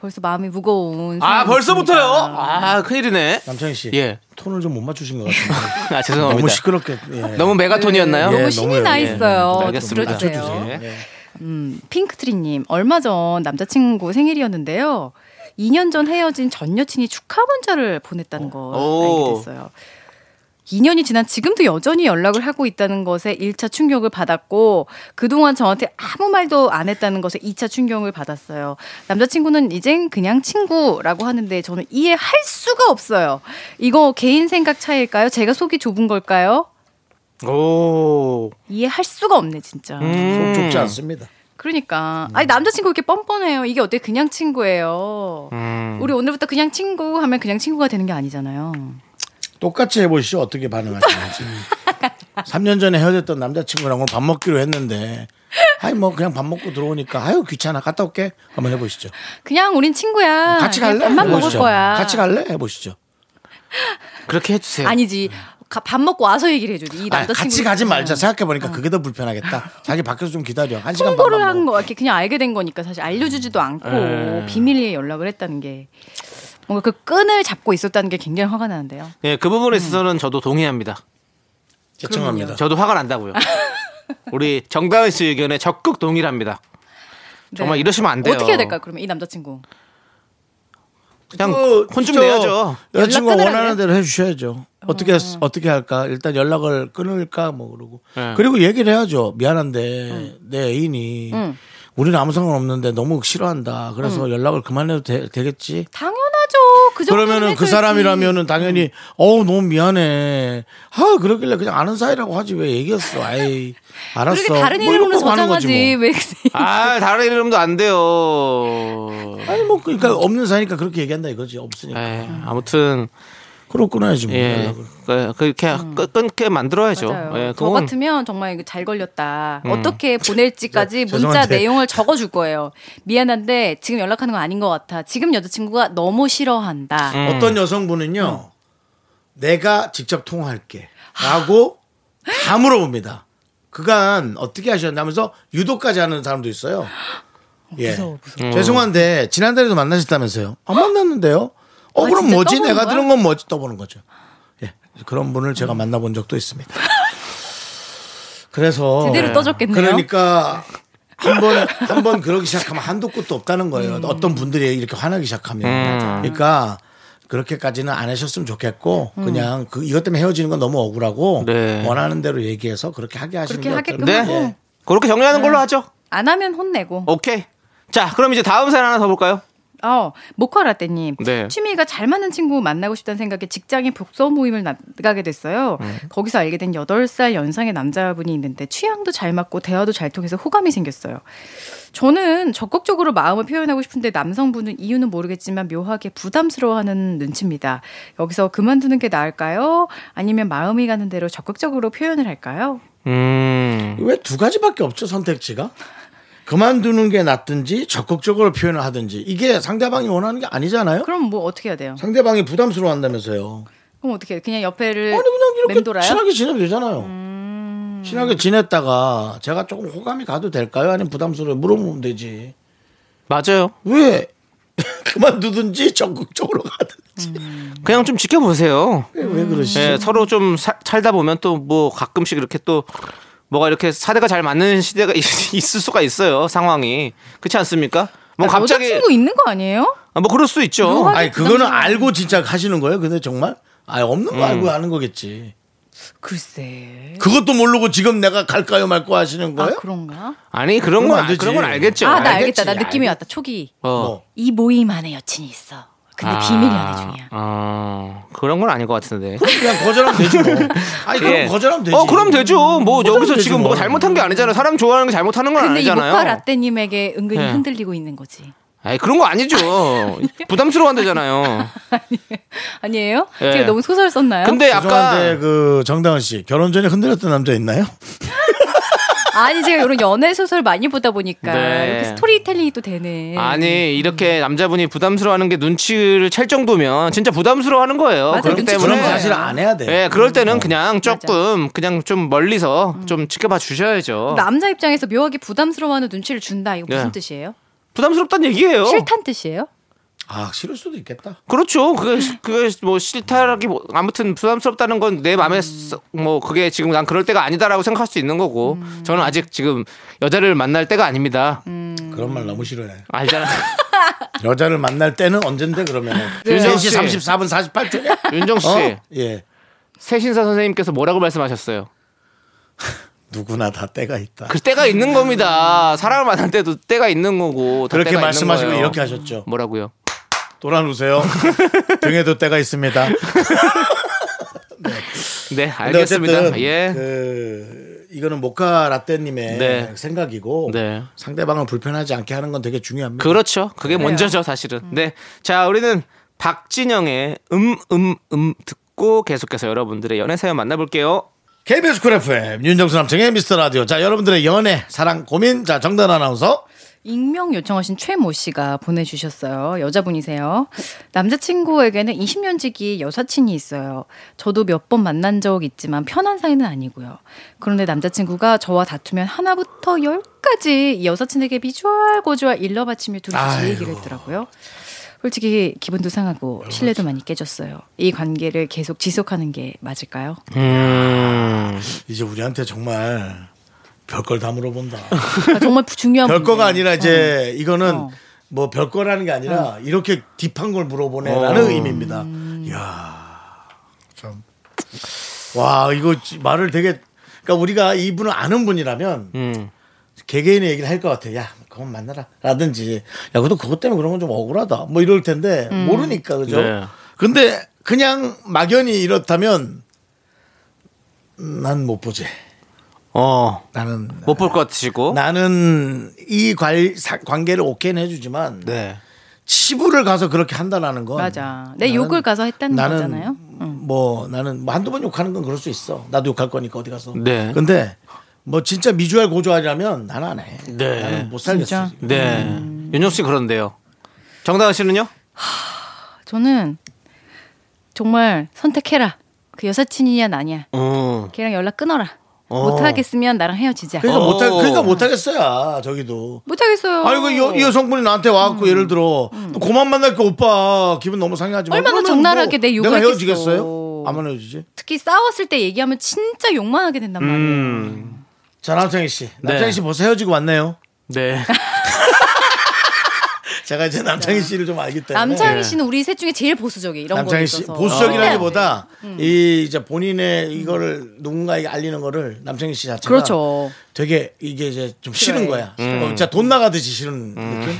[SPEAKER 6] 벌써 마음이 무거운.
[SPEAKER 2] 아,
[SPEAKER 6] 사연이었습니다.
[SPEAKER 2] 벌써부터요? 아, 큰일이네.
[SPEAKER 1] 남창희 씨
[SPEAKER 2] 예.
[SPEAKER 1] 톤을 좀 못 맞추신 것 같은데
[SPEAKER 2] 아, 죄송합니다.
[SPEAKER 1] 너무 시끄럽게 예.
[SPEAKER 2] 너무
[SPEAKER 1] 예.
[SPEAKER 2] 메가톤이었나요?
[SPEAKER 6] 아, 너무
[SPEAKER 1] 너무
[SPEAKER 6] 신이
[SPEAKER 1] 예,
[SPEAKER 6] 나
[SPEAKER 1] 예.
[SPEAKER 6] 있어요.
[SPEAKER 2] 네, 알겠습니다.
[SPEAKER 6] 좀 들어주세요.
[SPEAKER 2] 맞춰주세요.
[SPEAKER 1] 예.
[SPEAKER 6] 음, 핑크트리님 얼마 전 남자친구 생일이었는데요. 2년 전 헤어진 전 여친이 축하 문자를 보냈다는 걸
[SPEAKER 2] 오.
[SPEAKER 6] 알게 됐어요. 2년이 지난 지금도 여전히 연락을 하고 있다는 것에 1차 충격을 받았고 그동안 저한테 아무 말도 안 했다는 것에 2차 충격을 받았어요. 남자친구는 이젠 그냥 친구라고 하는데 저는 이해할 수가 없어요. 이거 개인 생각 차이일까요? 제가 속이 좁은 걸까요?
[SPEAKER 2] 오.
[SPEAKER 6] 이해할 수가 없네 진짜.
[SPEAKER 2] 음.
[SPEAKER 1] 좁지 않습니다
[SPEAKER 6] 그러니까
[SPEAKER 1] 음.
[SPEAKER 6] 아니 남자친구 이렇게 뻔뻔해요. 이게 어떻게 그냥 친구예요.
[SPEAKER 1] 음.
[SPEAKER 6] 우리 오늘부터 그냥 친구 하면 그냥 친구가 되는 게 아니잖아요.
[SPEAKER 1] 똑같이 해보시죠 어떻게 반응하시는지 3년 전에 헤어졌던 남자친구랑 오늘 밥 먹기로 했는데 아이 뭐 그냥 밥 먹고 들어오니까 아유 귀찮아 갔다 올게 한번 해보시죠
[SPEAKER 6] 그냥 우린 친구야.
[SPEAKER 1] 같이
[SPEAKER 6] 아, 그냥
[SPEAKER 1] 갈래?
[SPEAKER 6] 밥만 먹을
[SPEAKER 1] 해보시죠.
[SPEAKER 6] 거야.
[SPEAKER 1] 같이 갈래? 해보시죠
[SPEAKER 2] 그렇게 해주세요.
[SPEAKER 6] 아니지. 가- 밥 먹고 와서 얘기를 해줘야지. 이 어.
[SPEAKER 1] 아니,
[SPEAKER 6] 남자친구
[SPEAKER 1] 같이 가지 말자 생각해보니까 그게 더 불편하겠다 자기 밖에서 좀 기다려 한 시간
[SPEAKER 6] 홍보를
[SPEAKER 1] 반만
[SPEAKER 6] 한
[SPEAKER 1] 먹어. 음.
[SPEAKER 6] 거, 이렇게 그냥 알게 된 거니까 사실 알려주지도 않고 비밀리에 연락을 했다는 게 뭔가 그 끈을 잡고 있었다는 게 굉장히 화가 나는데요.
[SPEAKER 2] 예, 그 부분에 있어서는 저도 동의합니다.
[SPEAKER 1] 죄송합니다
[SPEAKER 2] 저도 화가 난다고요. 우리 정다은 씨 의견에 적극 동의를 합니다. 정말 이러시면 안 돼요.
[SPEAKER 6] 네. 어떻게 해야 될까요? 그러면 이 남자친구.
[SPEAKER 2] 그냥 혼 좀
[SPEAKER 1] 저
[SPEAKER 2] 내야죠.
[SPEAKER 1] 여자친구가
[SPEAKER 6] 연락 끊으라
[SPEAKER 1] 원하는 대로 해주셔야죠 어떻게 어떻게 할까 일단 연락을 끊을까 뭐 그러고
[SPEAKER 2] 네.
[SPEAKER 1] 그리고 얘기를 해야죠 미안한데 내 애인이 우리는 아무 상관없는데 너무 싫어한다 그래서 연락을 그만해도 되, 되겠지
[SPEAKER 6] 당연하죠. 그 정도는
[SPEAKER 1] 그러면은 그
[SPEAKER 6] 해줘야지.
[SPEAKER 1] 사람이라면은 당연히 어우 너무 미안해 아 그러길래 그냥 아는 사이라고 하지 왜 얘기했어 아이 알았어
[SPEAKER 6] 그렇게 다른
[SPEAKER 1] 뭐
[SPEAKER 6] 이름으로
[SPEAKER 1] 이러고 가는 거지
[SPEAKER 6] 저장하지 왜
[SPEAKER 2] 아, 다른 이름도 안 돼요.
[SPEAKER 1] 뭐. 아니 뭐 그러니까 없는 사이니까 그렇게 얘기한다 이거지 없으니까
[SPEAKER 2] 예, 아무튼
[SPEAKER 1] 그러고 끊어야지 뭐
[SPEAKER 2] 예,
[SPEAKER 1] 연락을.
[SPEAKER 2] 그- 그렇게 끊- 끊게 만들어야죠.
[SPEAKER 6] 맞아요.
[SPEAKER 2] 예,
[SPEAKER 6] 저
[SPEAKER 2] 그건- 음.
[SPEAKER 6] 같으면 정말 이거 잘 걸렸다. 어떻게 보낼지까지
[SPEAKER 1] 죄-
[SPEAKER 6] 문자
[SPEAKER 1] 죄송한데.
[SPEAKER 6] 내용을 적어줄 거예요. 미안한데 지금 연락하는 거 아닌 것 같아. 지금 여자친구가 너무 싫어한다.
[SPEAKER 2] 음.
[SPEAKER 1] 어떤
[SPEAKER 6] 음.
[SPEAKER 1] 여성분은요 내가 직접 통화할게 라고 다 물어봅니다 그간 어떻게 하셨냐면서 유도까지 하는 사람도 있어요 예. 죄송한데 지난달에도 만나셨다면서요 안 만났는데요 어
[SPEAKER 6] 아,
[SPEAKER 1] 그럼
[SPEAKER 6] 진짜
[SPEAKER 1] 뭐지
[SPEAKER 6] 떠보는
[SPEAKER 1] 내가
[SPEAKER 6] 거야? 음.
[SPEAKER 1] 들은 건 뭐지 떠보는 거죠 예. 그런 분을 제가 만나본 적도 있습니다 그래서
[SPEAKER 2] 어.
[SPEAKER 6] 제대로 떠졌겠네요.
[SPEAKER 1] 그러니까 한번 한 번 그러기 시작하면 한도 끝도 없다는 거예요. 어떤 분들이 이렇게 화나기 시작하면 그러니까 그렇게까지는 안 하셨으면 좋겠고 그냥 그 이것 때문에 헤어지는 건 너무 억울하고
[SPEAKER 2] 네.
[SPEAKER 1] 원하는 대로 얘기해서 그렇게 하게 하시는
[SPEAKER 6] 그렇게
[SPEAKER 1] 게
[SPEAKER 6] 하게끔
[SPEAKER 1] 어떨까?
[SPEAKER 2] 네,
[SPEAKER 6] 하고
[SPEAKER 2] 그렇게 정리하는 걸로 하죠.
[SPEAKER 6] 안 하면 혼내고.
[SPEAKER 2] 오케이. 자, 그럼 이제 다음 사연 하나 더 볼까요?
[SPEAKER 6] 어, 모카라떼님.
[SPEAKER 2] 네.
[SPEAKER 6] 취미가 잘 맞는 친구 만나고 싶다는 생각에 직장인 복서 모임을 나가게 됐어요.
[SPEAKER 2] 음.
[SPEAKER 6] 거기서 알게 된 8살 연상의 남자분이 있는데 취향도 잘 맞고 대화도 잘 통해서 호감이 생겼어요. 저는 적극적으로 마음을 표현하고 싶은데 남성분은 이유는 모르겠지만 묘하게 부담스러워하는 눈치입니다. 여기서 그만두는 게 나을까요? 아니면 마음이 가는 대로 적극적으로 표현을 할까요?
[SPEAKER 2] 음.
[SPEAKER 1] 왜 두 가지밖에 없죠 선택지가? 그만두는 게 낫든지 적극적으로 표현을 하든지 이게 상대방이 원하는 게 아니잖아요.
[SPEAKER 6] 그럼 뭐 어떻게 해야 돼요?
[SPEAKER 1] 상대방이 부담스러워한다면서요.
[SPEAKER 6] 그럼 어떻게 해요? 그냥 옆에를
[SPEAKER 1] 아니 그냥 이렇게
[SPEAKER 6] 맴돌아요? 음.
[SPEAKER 1] 친하게 지내도 되잖아요. 친하게 지냈다가 제가 조금 호감이 가도 될까요? 아니면 부담스러워 물어보면 되지.
[SPEAKER 2] 맞아요.
[SPEAKER 1] 왜 그만두든지 적극적으로
[SPEAKER 6] 음.
[SPEAKER 1] 가든지
[SPEAKER 2] 그냥 좀 지켜보세요.
[SPEAKER 1] 왜 그러시죠?
[SPEAKER 2] 예, 서로 좀 사- 살다 보면 또 뭐 가끔씩 이렇게 또 뭐가 이렇게 사대가 잘 맞는 시대가 있- 있을 수가 있어요. 상황이. 그렇지 않습니까? 뭐 갑자기
[SPEAKER 6] 어, 여자친구 있는 거 아니에요?
[SPEAKER 2] 아, 뭐 그럴 수도 있죠.
[SPEAKER 6] 뭐가-
[SPEAKER 1] 아니 그거는 알고 진짜 하시는 거예요? 근데 정말 아 없는
[SPEAKER 2] 음.
[SPEAKER 1] 거 알고 하는 거겠지.
[SPEAKER 6] 글쎄.
[SPEAKER 1] 그것도 모르고 지금 내가 갈까요 말고 하시는
[SPEAKER 6] 아
[SPEAKER 1] 거예요?
[SPEAKER 6] 그런가?
[SPEAKER 2] 아니
[SPEAKER 1] 그러면
[SPEAKER 2] 그런 건
[SPEAKER 1] 안
[SPEAKER 2] 알-
[SPEAKER 1] 되지.
[SPEAKER 2] 그런 건 알겠죠.
[SPEAKER 6] 아 나
[SPEAKER 1] 알겠지,
[SPEAKER 6] 알겠다. 나 느낌이
[SPEAKER 1] 알겠-
[SPEAKER 6] 왔다. 초기
[SPEAKER 2] 어.
[SPEAKER 1] 뭐.
[SPEAKER 6] 이 모임 안에 여친이 있어. 근데 비밀 연애 중이야.
[SPEAKER 2] 아, 그런 건 아닌 것 같은데.
[SPEAKER 1] 그냥 거절하면 되지 뭐. 아니 그럼
[SPEAKER 2] 예.
[SPEAKER 1] 거절하면 되지.
[SPEAKER 2] 어, 그럼 되죠. 뭐 여기서
[SPEAKER 1] 되지
[SPEAKER 2] 지금
[SPEAKER 1] 뭐.
[SPEAKER 2] 뭐가 잘못한 게 아니잖아요. 사람 좋아하는 게 잘못하는 건
[SPEAKER 6] 근데 이
[SPEAKER 2] 아니잖아요.
[SPEAKER 6] 모카 라떼님에게 은근히
[SPEAKER 2] 예.
[SPEAKER 6] 흔들리고 있는 거지.
[SPEAKER 2] 아이 그런 거 아니죠. 부담스러워한다잖아요.
[SPEAKER 6] 아니에요?
[SPEAKER 2] 예.
[SPEAKER 6] 제가 너무 소설 썼나요?
[SPEAKER 2] 근데
[SPEAKER 1] 죄송한데
[SPEAKER 2] 아까
[SPEAKER 1] 그 정다은 씨 결혼 전에 흔들렸던 남자 있나요?
[SPEAKER 6] 아니 제가 이런 연애 소설 많이 보다 보니까
[SPEAKER 2] 네.
[SPEAKER 6] 이렇게 스토리텔링이 또 예, 되네.
[SPEAKER 2] 아니 이렇게 남자분이 부담스러워하는 게 눈치를 챌 정도면 진짜 부담스러워하는 거예요.
[SPEAKER 6] 맞아요.
[SPEAKER 2] 그렇기
[SPEAKER 6] 눈치
[SPEAKER 2] 때문에
[SPEAKER 1] 그럼 사실 안 해야 돼.
[SPEAKER 2] 예, 그럴 때는 그냥 조금 그냥 좀 멀리서 좀 지켜봐 주셔야죠.
[SPEAKER 6] 남자 입장에서 묘하게 부담스러워하는 눈치를 준다. 이거 무슨
[SPEAKER 2] 네.
[SPEAKER 6] 뜻이에요?
[SPEAKER 2] 부담스럽다는 얘기예요.
[SPEAKER 6] 싫단 뜻이에요?
[SPEAKER 1] 아 싫을 수도 있겠다.
[SPEAKER 2] 그렇죠. 그게 그게 뭐 싫다라기 뭐 아무튼 부담스럽다는 건 내 마음에 썩- 뭐 그게 지금 난 그럴 때가 아니다라고 생각할 수 있는 거고 저는 아직 지금 여자를 만날 때가 아닙니다.
[SPEAKER 1] 그런 말 너무 싫어해.
[SPEAKER 2] 알잖아.
[SPEAKER 1] 여자를 만날 때는 언젠데 그러면
[SPEAKER 2] 윤정
[SPEAKER 1] 3시
[SPEAKER 2] 씨.
[SPEAKER 1] 34분 48초냐?
[SPEAKER 2] 윤정 씨,
[SPEAKER 1] 어? 예.
[SPEAKER 2] 새신사 선생님께서 뭐라고 말씀하셨어요?
[SPEAKER 1] 누구나 다 때가 있다.
[SPEAKER 2] 그 때가 있는 겁니다. 사람을 만날 때도 때가 있는 거고 다
[SPEAKER 1] 그렇게
[SPEAKER 2] 때가 있는
[SPEAKER 1] 말씀하시고
[SPEAKER 2] 거예요. 음.
[SPEAKER 1] 이렇게 하셨죠.
[SPEAKER 2] 뭐라고요?
[SPEAKER 1] 돌아누세요. 등에도 때가 있습니다.
[SPEAKER 2] 네,
[SPEAKER 1] 근데
[SPEAKER 2] 알겠습니다.
[SPEAKER 1] 어쨌든
[SPEAKER 2] 예.
[SPEAKER 1] 그 이거는 모카 라떼님의
[SPEAKER 2] 네.
[SPEAKER 1] 생각이고
[SPEAKER 2] 네.
[SPEAKER 1] 상대방을 불편하지 않게 하는 건 되게 중요합니다.
[SPEAKER 2] 그렇죠. 그게 먼저죠, 사실은. 네. 자, 우리는 박진영의 음, 음, 음 듣고 계속해서 여러분들의 연애 사연 만나볼게요.
[SPEAKER 1] KBS 쿨 FM 윤정수 남청의 미스터 라디오. 자 여러분들의 연애, 사랑, 고민. 자 정단 아나운서.
[SPEAKER 6] 익명 요청하신 최모 씨가 보내주셨어요. 여자분이세요. 남자친구에게는 20년 지기 여사친이 있어요. 저도 몇 번 만난 적 있지만 편한 사이는 아니고요. 그런데 남자친구가 저와 다투면 하나부터 열까지 이 여사친에게 미주알 고주알 일러 바치며 둘이 제 얘기를 했더라고요. 솔직히 기분도 상하고 신뢰도 많이 깨졌어요. 이 관계를 계속 지속하는 게 맞을까요?
[SPEAKER 1] 이제 우리한테 정말 별걸 다 물어본다.
[SPEAKER 6] 그러니까 정말 중요한
[SPEAKER 1] 별거가
[SPEAKER 6] 문제예요.
[SPEAKER 1] 아니라 이제 이거는
[SPEAKER 6] 어.
[SPEAKER 1] 뭐 별거라는 게 아니라 이렇게 딥한 걸 물어보네라는 의미입니다. 이야 참. 와 이거 지- 말을 되게 그러니까 우리가 이분을 아는 분이라면
[SPEAKER 2] 음.
[SPEAKER 1] 개개인의 얘기를 할 것 같아. 야 그건 만나라 라든지 야 그래도 그것 때문에 그런 건 좀 억울하다 뭐 이럴 텐데 모르니까 그죠.
[SPEAKER 2] 네.
[SPEAKER 1] 근데 그냥 막연히 이렇다면 음, 난 못 보지.
[SPEAKER 2] 어,
[SPEAKER 1] 나는
[SPEAKER 2] 못 볼 것
[SPEAKER 6] 어?
[SPEAKER 2] 같으시고.
[SPEAKER 1] 나는 이 관, 사- 관계를 오케이는 해주지만
[SPEAKER 2] 네.
[SPEAKER 1] 치부를 가서 그렇게 한다라는 건
[SPEAKER 6] 맞아. 내 욕을 가서 했다는 거잖아요.
[SPEAKER 1] 뭐 나는 뭐 한두 번 욕하는 건 그럴 수 있어. 나도 욕할 거니까 어디 가서.
[SPEAKER 2] 네.
[SPEAKER 1] 근데 뭐 진짜 미주알 고조하려면 나는 안 해.
[SPEAKER 2] 네.
[SPEAKER 1] 나는 못 살겠어.
[SPEAKER 6] 진짜?
[SPEAKER 2] 네.
[SPEAKER 1] 음.
[SPEAKER 2] 윤정 씨 그런데요. 정다은 씨는요?
[SPEAKER 6] 저는 정말 선택해라. 그 여사친이냐 아니야.
[SPEAKER 2] 어.
[SPEAKER 6] 걔랑 연락 끊어라. 못하겠으면 나랑 헤어지자.
[SPEAKER 1] 그러니까
[SPEAKER 2] 어.
[SPEAKER 1] 못 하, 그러니까 못 하겠어요. 저기도.
[SPEAKER 6] 못하겠어요.
[SPEAKER 1] 아이고 이그 여- 이 여성분이 나한테
[SPEAKER 6] 음.
[SPEAKER 1] 와갖고 예를 들어 고만 만날 게 오빠 기분 너무 상해하지 마.
[SPEAKER 6] 얼마나
[SPEAKER 1] 그러면 뭐
[SPEAKER 6] 적나라하게 내 욕을
[SPEAKER 1] 내가
[SPEAKER 6] 했겠어.
[SPEAKER 1] 헤어지겠어요? 안 헤어지지.
[SPEAKER 6] 특히 싸웠을 때 얘기하면 진짜 욕만 하게
[SPEAKER 1] 음.
[SPEAKER 6] 된단 말이에요.
[SPEAKER 2] 네.
[SPEAKER 1] 자 남창희 씨, 남창희 씨 벌써 헤어지고 왔네요.
[SPEAKER 2] 네.
[SPEAKER 1] 제가 이제 남창희 씨를 좀 알기 때문에
[SPEAKER 6] 남창희 씨는 우리 셋 중에 제일 보수적이 이런 거에
[SPEAKER 1] 네. 남창희 씨
[SPEAKER 6] 있어서. 네. 음.
[SPEAKER 1] 보수적이라기보다 이 이제 본인의 이거를 누군가에게 알리는 거를 남창희 씨 자체가
[SPEAKER 6] 그렇죠.
[SPEAKER 1] 되게 이게 이제 좀 싫은
[SPEAKER 6] 싫어해.
[SPEAKER 1] 거야.
[SPEAKER 2] 음.
[SPEAKER 1] 어, 진짜 돈 나가듯이 싫은 느낌.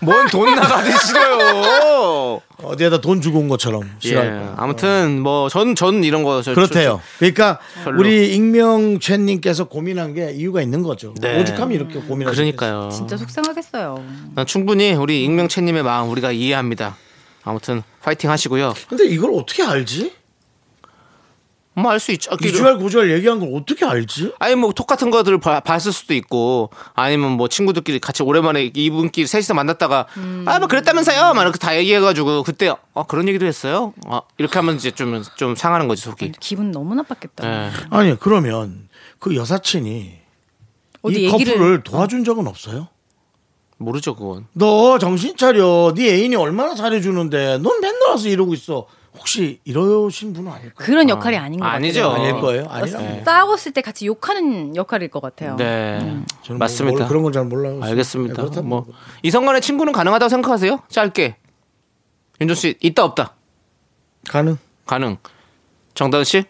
[SPEAKER 2] 뭔돈 나가기 싫어요.
[SPEAKER 1] 어디에다 돈 주고 온 것처럼 싫어.
[SPEAKER 2] 예. 아무튼 뭐 전 전 이런 거 저-
[SPEAKER 1] 그렇대요. 그러니까
[SPEAKER 2] 그렇죠. 별로.
[SPEAKER 1] 우리 익명채님께서 고민한 게 이유가 있는 거죠.
[SPEAKER 2] 네.
[SPEAKER 1] 오죽하면 이렇게
[SPEAKER 2] 저-
[SPEAKER 1] 고민을.
[SPEAKER 2] 그러니까요.
[SPEAKER 1] 아.
[SPEAKER 6] 진짜 속상하겠어요.
[SPEAKER 2] 난 충분히 우리 익명채님의 마음 우리가 이해합니다. 아무튼 파이팅 하시고요.
[SPEAKER 1] 하셨겠어요. 근데 이걸 어떻게 알지?
[SPEAKER 2] 뭐 알 수 있죠. 아,
[SPEAKER 1] 비주얼 고주얼 얘기한 걸 어떻게 알지?
[SPEAKER 2] 아니 뭐 톡 같은 것들을 봐- 봤을 수도 있고 아니면 뭐 친구들끼리 같이 오랜만에 이분끼리 셋이서 만났다가
[SPEAKER 6] 음.
[SPEAKER 2] 아 뭐 그랬다면서요 막 이렇게 다 얘기해가지고 그때 아 그런 얘기도 했어요 아 이렇게 하면 이제 좀 좀 상하는 거지 속이
[SPEAKER 6] 기분 너무
[SPEAKER 1] 네.
[SPEAKER 6] 나빴겠다.
[SPEAKER 2] 예.
[SPEAKER 1] 아니 그러면 그 여사친이
[SPEAKER 6] 어디
[SPEAKER 1] 이
[SPEAKER 6] 얘기를
[SPEAKER 1] 커플을 도와준 적은 없어요?
[SPEAKER 2] 모르죠 그건
[SPEAKER 1] 너 정신 차려. 네 애인이 얼마나 잘해주는데 넌 맨날 와서 이러고 있어. 혹시 이러신 분은 아닐까? 네,
[SPEAKER 6] 그런 역할이 아닌 것
[SPEAKER 2] 아니죠.
[SPEAKER 6] 같아요.
[SPEAKER 1] 아닐 거예요. 아니라고.
[SPEAKER 6] 싸웠을 때 같이 욕하는 역할일 것 같아요.
[SPEAKER 2] 네
[SPEAKER 6] 음.
[SPEAKER 1] 저는 뭐
[SPEAKER 2] 맞습니다
[SPEAKER 1] 뭘 그런 건 잘 몰라요. 네,
[SPEAKER 2] 알겠습니다
[SPEAKER 1] 그렇다면
[SPEAKER 2] 뭐 이성간의 친구는 가능하다고 생각하세요 짧게 윤종 씨 있다 없다
[SPEAKER 1] 가능.
[SPEAKER 2] 가능 정다은 씨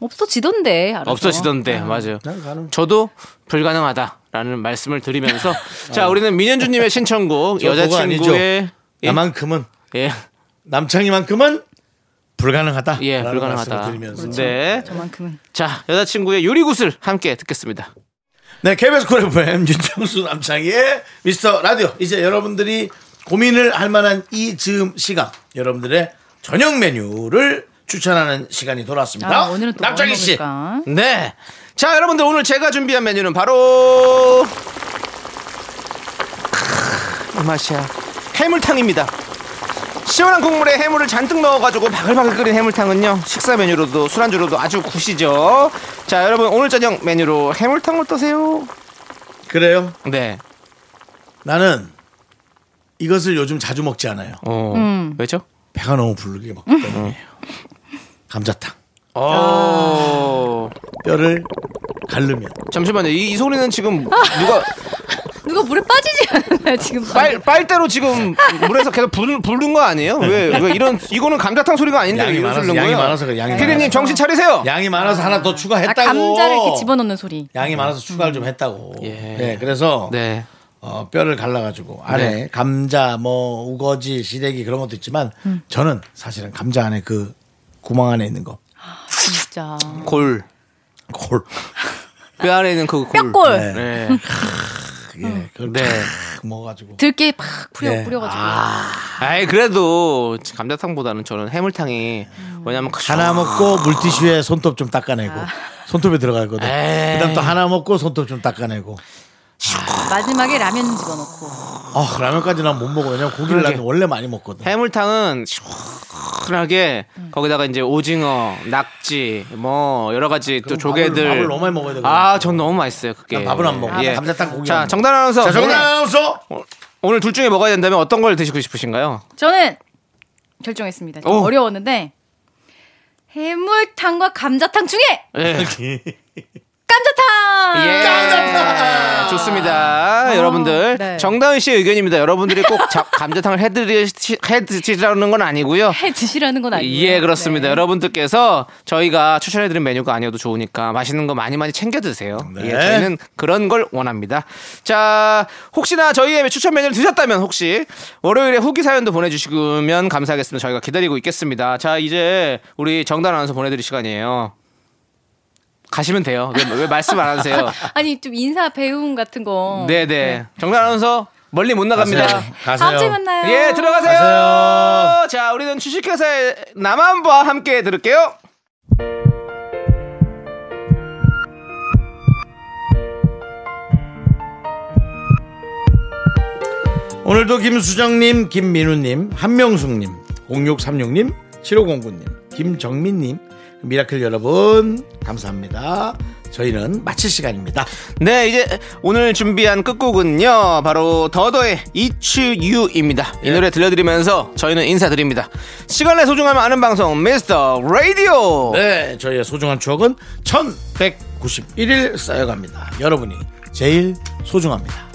[SPEAKER 6] 없어지던데. 알아서.
[SPEAKER 2] 없어지던데 맞아요
[SPEAKER 1] 난 가능.
[SPEAKER 2] 저도 불가능하다라는 말씀을 드리면서 자 우리는 민현주님의 신청곡
[SPEAKER 1] 어. 저 그거
[SPEAKER 2] 여자친구의 예?
[SPEAKER 1] 나만큼은
[SPEAKER 2] 예,
[SPEAKER 1] 남창이만큼은 불가능하다.
[SPEAKER 2] 예
[SPEAKER 1] 라는 말씀을
[SPEAKER 2] 불가능하다.
[SPEAKER 1] 드리면서.
[SPEAKER 2] 네,
[SPEAKER 6] 저만큼은
[SPEAKER 2] 자 여자친구의 요리구슬 함께 듣겠습니다.
[SPEAKER 1] 네, KBS 쿨 FM 윤정수 남창희의 미스터 라디오. 이제 여러분들이 고민을 할 만한 이 즈음 시간. 여러분들의 저녁 메뉴를 추천하는 시간이 돌아왔습니다.
[SPEAKER 6] 아, 오늘은 또
[SPEAKER 1] 남창희 씨.
[SPEAKER 6] 먹을까?
[SPEAKER 2] 네, 자 여러분들 오늘 제가 준비한 메뉴는 바로 크, 이 맛이야 해물탕입니다. 시원한 국물에 해물을 잔뜩 넣어가지고 바글바글 끓인 해물탕은요 식사 메뉴로도 술안주로도 아주 굿이죠. 자 여러분 오늘 저녁 메뉴로 해물탕 어떠세요?
[SPEAKER 1] 그래요?
[SPEAKER 2] 네,
[SPEAKER 1] 나는 이것을 요즘 자주 먹지 않아요.
[SPEAKER 2] 어 왜죠?
[SPEAKER 1] 배가 너무 부르게 먹기 때문이에요. 감자탕.
[SPEAKER 2] 아. 어.
[SPEAKER 1] 뼈를 갈르면.
[SPEAKER 2] 잠시만요. 이, 이 소리는 지금 누가
[SPEAKER 6] 누가 물에 빠지지 않았나요 지금?
[SPEAKER 2] 빨, 빨대로 지금 물에서 계속 부른, 부른 거 아니에요? 왜, 왜 이런 이거는 감자탕 소리가 아닌데
[SPEAKER 1] 양이
[SPEAKER 2] 왜 이런
[SPEAKER 1] 많아서,
[SPEAKER 2] 소리를
[SPEAKER 1] 양이
[SPEAKER 2] 거예요?
[SPEAKER 1] 많아서 그래, 양이
[SPEAKER 2] 피디님
[SPEAKER 1] 많아서.
[SPEAKER 2] 정신 차리세요.
[SPEAKER 1] 양이 많아서 하나 더
[SPEAKER 6] 아,
[SPEAKER 1] 추가했다고.
[SPEAKER 6] 감자를 이렇게 집어넣는 소리.
[SPEAKER 1] 양이 많아서 추가를 좀 했다고.
[SPEAKER 2] 예.
[SPEAKER 1] 네, 그래서
[SPEAKER 2] 네.
[SPEAKER 1] 어, 뼈를 갈라가지고 안에 감자, 뭐 우거지, 시래기 그런 것도 있지만 저는 사실은 감자 안에 그 구멍 안에 있는 거
[SPEAKER 6] 진짜
[SPEAKER 2] 골.
[SPEAKER 1] 골.
[SPEAKER 2] 뼈 안에 있는 그 골.
[SPEAKER 6] 뼈골
[SPEAKER 1] 네.
[SPEAKER 2] 네.
[SPEAKER 1] 예, 그걸
[SPEAKER 2] 네.
[SPEAKER 1] 탁 먹어가지고.
[SPEAKER 6] 들깨 팍 뿌려
[SPEAKER 1] 네.
[SPEAKER 6] 뿌려가지고
[SPEAKER 2] 아이 그래도 감자탕보다는 저는 해물탕이 왜냐면 그
[SPEAKER 1] 하나 먹고 물티슈에 손톱 좀 닦아내고 손톱에 들어가거든.
[SPEAKER 2] 에이.
[SPEAKER 1] 그다음 또 하나 먹고 손톱 좀 닦아내고.
[SPEAKER 6] 마지막에 라면 집어넣고.
[SPEAKER 1] 아 라면까지 난 못 먹어. 왜냐면 고기를 난 원래 많이 먹거든.
[SPEAKER 2] 해물탕은 시원하게 거기다가 이제 오징어, 낙지, 뭐 여러 가지 또
[SPEAKER 1] 그럼
[SPEAKER 2] 조개들.
[SPEAKER 1] 밥을- 밥을 너무 많이 먹어야 되거든요.
[SPEAKER 2] 아, 전 너무 맛있어요 그게.
[SPEAKER 1] 난 밥을 안 먹어.
[SPEAKER 2] 예.
[SPEAKER 1] 감자탕 고기.
[SPEAKER 2] 자, 정단 아나운서.
[SPEAKER 1] 자
[SPEAKER 2] 네.
[SPEAKER 1] 정답
[SPEAKER 2] 오늘-
[SPEAKER 1] 아나운서.
[SPEAKER 2] 오늘 둘 중에 먹어야 된다면 어떤 걸 드시고 싶으신가요?
[SPEAKER 6] 저는 결정했습니다. 좀
[SPEAKER 2] 오.
[SPEAKER 6] 어려웠는데 해물탕과 감자탕 중에
[SPEAKER 2] 예.
[SPEAKER 6] 감자탕.
[SPEAKER 2] 예. 좋습니다. 여러분들.
[SPEAKER 6] 네.
[SPEAKER 2] 정다은 씨의 의견입니다. 여러분들이 꼭 자- 감자탕을 해드리시, 해드시라는 건 아니고요.
[SPEAKER 6] 해 드시라는 건 아니에요.
[SPEAKER 2] 예, 그렇습니다.
[SPEAKER 6] 네.
[SPEAKER 2] 여러분들께서 저희가 추천해드린 메뉴가 아니어도 좋으니까 맛있는 거 많이 많이 챙겨 드세요.
[SPEAKER 1] 네.
[SPEAKER 2] 예, 저희는 그런 걸 원합니다. 자, 혹시나 저희의 추천 메뉴를 드셨다면 혹시 월요일에 후기 사연도 보내주시면 감사하겠습니다. 저희가 기다리고 있겠습니다. 자, 이제 우리 정단 아나운서 보내드릴 시간이에요. 가시면 돼요. 왜, 왜 말씀 안 하세요?
[SPEAKER 6] 아니 좀 인사 배움 같은 거. 네.
[SPEAKER 2] 네네. 정단 아나운서 멀리 못 나갑니다.
[SPEAKER 1] 가세요.
[SPEAKER 6] 다음 주에 만나요.
[SPEAKER 2] 예, 들어가세요.
[SPEAKER 1] 가세요.
[SPEAKER 2] 자, 우리는 주식회사의 남한과 함께 들을게요.
[SPEAKER 1] 오늘도 김수정님, 김민우님, 한명숙님, 0636님, 7509님, 김정민님, 미라클 여러분 감사합니다. 저희는 마칠 시간입니다.
[SPEAKER 2] 네, 이제 오늘 준비한 끝곡은요. 바로 더더의 It's You입니다. 이 노래 들려드리면서 저희는 인사드립니다. 시간의 소중함을 아는 방송 미스터 라디오.
[SPEAKER 1] 네, 저희의 소중한 추억은 1191일 쌓여갑니다. 여러분이 제일 소중합니다.